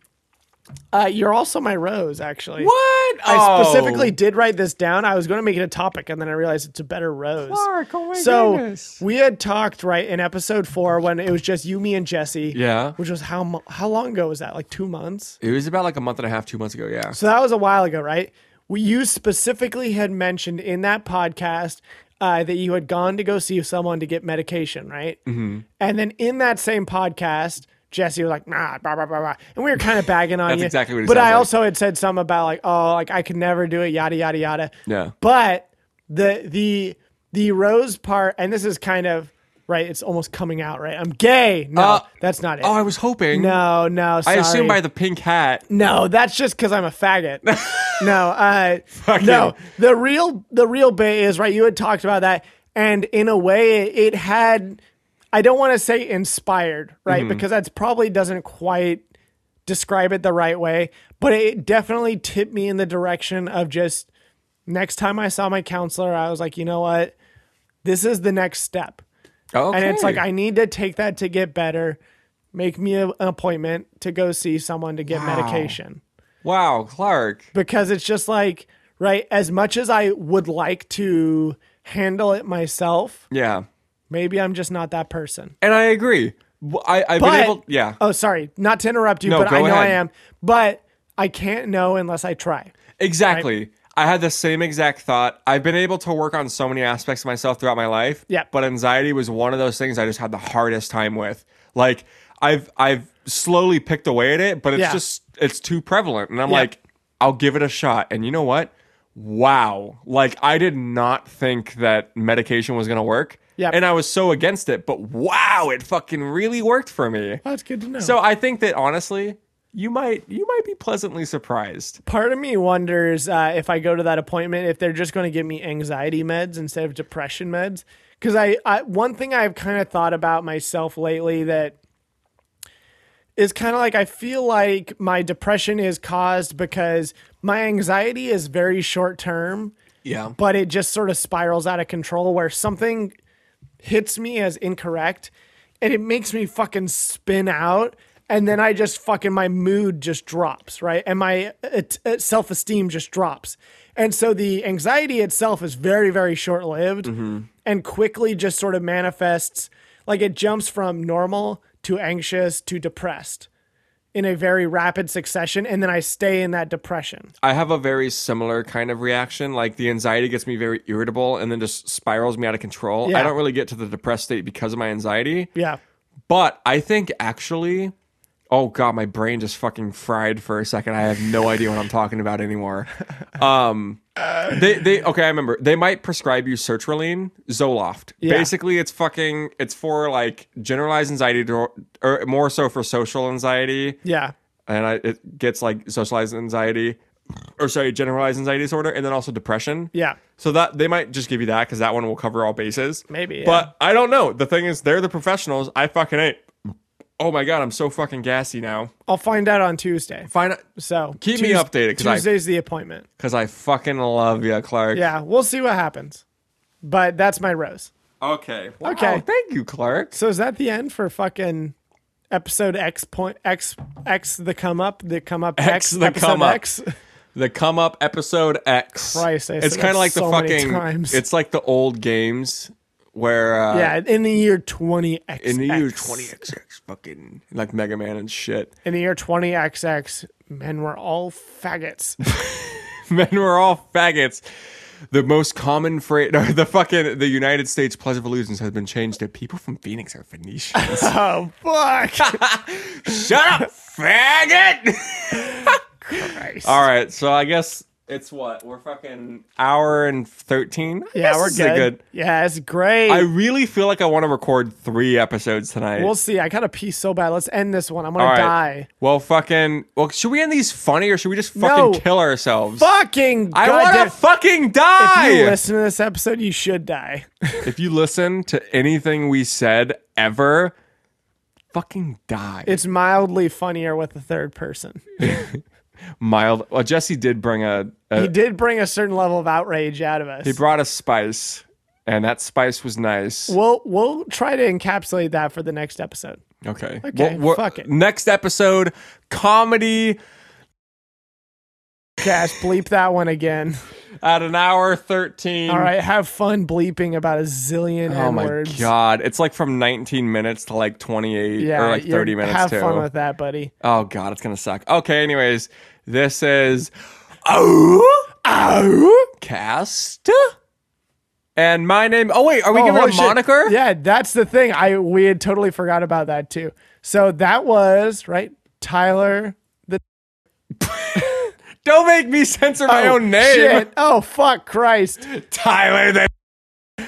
A: Uh, you're also my rose, actually.
B: What?
A: I
B: Oh.
A: specifically did write this down. I was going to make it a topic, and then I realized it's a better rose.
B: Clark, oh my
A: so
B: goodness.
A: we had talked right in episode four when it was just you, me, and Jesse.
B: Yeah.
A: which was how mo- how long ago was that? Like two months.
B: It was about like a month and a half, two months ago. Yeah.
A: So that was a while ago, right? We, you specifically had mentioned in that podcast uh, that you had gone to go see someone to get medication, right? Mm-hmm. And then in that same podcast, Jesse was like, nah, blah, blah, blah, blah. And we were kind of bagging on
B: That's
A: you.
B: exactly what it
A: But I
B: sounds like.
A: also had said something about like, oh, like I could never do it, yada, yada, yada.
B: Yeah.
A: But the, the, the rose part, and this is kind of, right? It's almost coming out, right? I'm gay. No,
B: Uh,
A: that's not it.
B: Oh, I was hoping.
A: no, no,
B: I
A: sorry.
B: assume by the pink hat.
A: No, that's just because I'm a faggot. no, uh,
B: Fucking-
A: no. The real the real bit is right. You had talked about that, and in a way, it, it had. I don't want to say inspired,
B: Mm-hmm.
A: right? Because that's probably doesn't quite describe it the right way, but it definitely tipped me in the direction of just next time I saw my counselor, I was like, you know what, this is the next step.
B: Okay.
A: And it's like, I need to take that to get better. Make me a, an appointment to go see someone to get
B: Wow.
A: medication.
B: wow, Clark.
A: Because it's just like, right, as much as I would like to handle it myself,
B: Yeah.
A: maybe I'm just not that person.
B: And I agree. W- I, have
A: But,
B: been able. Yeah.
A: Oh, sorry, not to interrupt you,
B: No,
A: but I
B: go
A: know I
B: ahead.
A: am. But I can't know unless I try.
B: Exactly. I had the same exact thought. I've been able to work on so many aspects of myself throughout my life.
A: Yeah.
B: But anxiety was one of those things I just had the hardest time with. Like I've I've slowly picked away at it, but it's
A: Yeah.
B: just it's too prevalent. And I'm
A: Yeah.
B: like, I'll give it a shot. And you know what? Wow. Like I did not think that medication was gonna work.
A: Yeah.
B: And I was so against it, but wow, it fucking really worked for me.
A: That's good to know.
B: So I think that honestly, you might you might be pleasantly surprised.
A: part of me wonders uh, if I go to that appointment if they're just going to give me anxiety meds instead of depression meds. Because I, I one thing I've kind of thought about myself lately that is kind of like I feel like my depression is caused because my anxiety is very short term,
B: Yeah.
A: but it just sort of spirals out of control where something hits me as incorrect and it makes me fucking spin out and then i just fucking my mood just drops right and my uh, uh, self-esteem just drops and so the anxiety itself is very very short-lived and quickly just sort of manifests like it jumps from normal to anxious to depressed in a very rapid succession and then i stay in that depression
B: I have a very similar kind of reaction. Like the anxiety gets me very irritable and then just spirals me out of control.
A: Yeah.
B: I don't really get to the depressed state because of my anxiety.
A: yeah
B: But I think actually, oh god, my brain just fucking fried for a second. I have no idea what I'm talking about anymore. Um, they they okay, I remember. They might prescribe you sertraline, Zoloft.
A: Yeah.
B: Basically, it's fucking it's for like generalized anxiety or, or more so for social anxiety
A: yeah
B: and I, it gets like socialized anxiety or sorry generalized anxiety disorder and then also depression
A: yeah
B: so that they might just give you that because that one will cover all bases
A: Maybe, yeah.
B: but i don't know the thing is they're the professionals i fucking ain't oh my god i'm so fucking gassy now
A: i'll find out on tuesday
B: fine
A: So
B: Keep me
A: Tues-
B: updated, 'cause I-
A: Tuesday's the appointment.
B: because i fucking love you clark
A: Yeah, we'll see what happens. But that's my rose.
B: okay Wow,
A: Okay.
B: thank you clark
A: So is that the end for fucking episode X point X X the come up the come up
B: X the
A: episode
B: come up.
A: X?
B: the come up episode x
A: Christ, I
B: it's
A: said
B: kind
A: that
B: of like the
A: so many
B: fucking
A: times.
B: it's like the old games where uh
A: Yeah, in the year twenty X
B: in the year 20xx fucking like mega man and shit
A: in the year twenty XX, men were all faggots.
B: men were all faggots. The most common phrase, or the fucking, the United States Pledge of Allegiance has been changed to people from Phoenix are Phoenicians.
A: oh fuck!
B: Shut up, faggot!
A: Christ.
B: all right, so I guess It's what we're fucking hour and thirteen.
A: Yeah,
B: This
A: we're
B: is a
A: good. Yeah, it's great.
B: I really feel like I want to record three episodes tonight.
A: we'll see. I gotta pee so bad. Let's end this one. I'm gonna
B: All right.
A: die.
B: Well, fucking. Well, should we end these funny or should we just
A: No.
B: fucking kill ourselves?
A: Fucking
B: I want
A: goddamn.
B: to fucking
A: If you
B: die.
A: listen to this episode, you should die.
B: If you listen to anything we said ever, fucking die.
A: It's mildly funnier with the third person.
B: mild. Well, Jesse did bring a. a
A: He
B: he,
A: did bring a certain level of outrage out of us.
B: Uh, brought a spice, and that spice was nice.
A: We'll we'll try to encapsulate that for the next episode.
B: okay.
A: Okay,
B: Well, we're-
A: fuck it.
B: Next episode, comedy
A: Cash, bleep that one again.
B: at an hour thirteen.
A: All right, have fun bleeping about a zillion
B: Oh my
A: N-words.
B: god! It's like from 19 minutes to like 28
A: Yeah,
B: or like
A: you're-
B: 30 minutes
A: Have
B: too.
A: fun with that, buddy.
B: Oh god, it's gonna suck. Okay, anyways, this is oh oh cast, and my name. Oh wait, are we
A: Oh,
B: giving
A: holy
B: a
A: shit.
B: moniker?
A: Yeah, that's the thing. I we had totally forgot about that too. So that was right, Tyler. The
B: Don't make me censor my
A: Oh,
B: own name,
A: shit. Oh fuck, Christ!
B: Tyler. The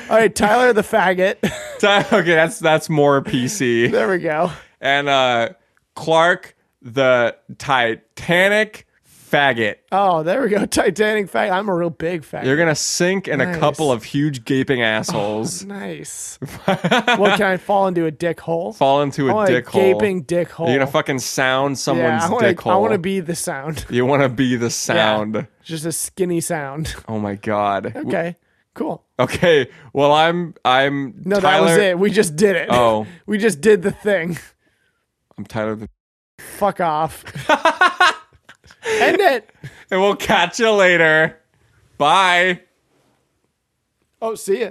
A: All right, Tyler the faggot.
B: Ty- okay, that's that's more PC.
A: there we go.
B: And uh Clark the Titanic faggot.
A: Oh, there we go. Titanic faggot. I'm a real big faggot.
B: You're gonna sink in
A: Nice.
B: a couple of huge gaping assholes.
A: nice. what can I fall into a dick hole?
B: Fall into
A: I
B: a
A: want
B: dick
A: a
B: hole.
A: gaping dick hole.
B: You're gonna fucking sound
A: yeah,
B: someone's
A: I wanna,
B: dick hole.
A: I want to be the sound.
B: You want to be the sound.
A: Yeah, just a skinny sound.
B: Oh my god. W-
A: Okay, cool.
B: Okay. Well, I'm I'm
A: No,
B: Tyler.
A: that was it. We just did it.
B: Oh,
A: We just did the thing.
B: I'm Tyler. The-
A: Fuck off. End it.
B: and we'll catch you later. Bye.
A: Oh, see ya.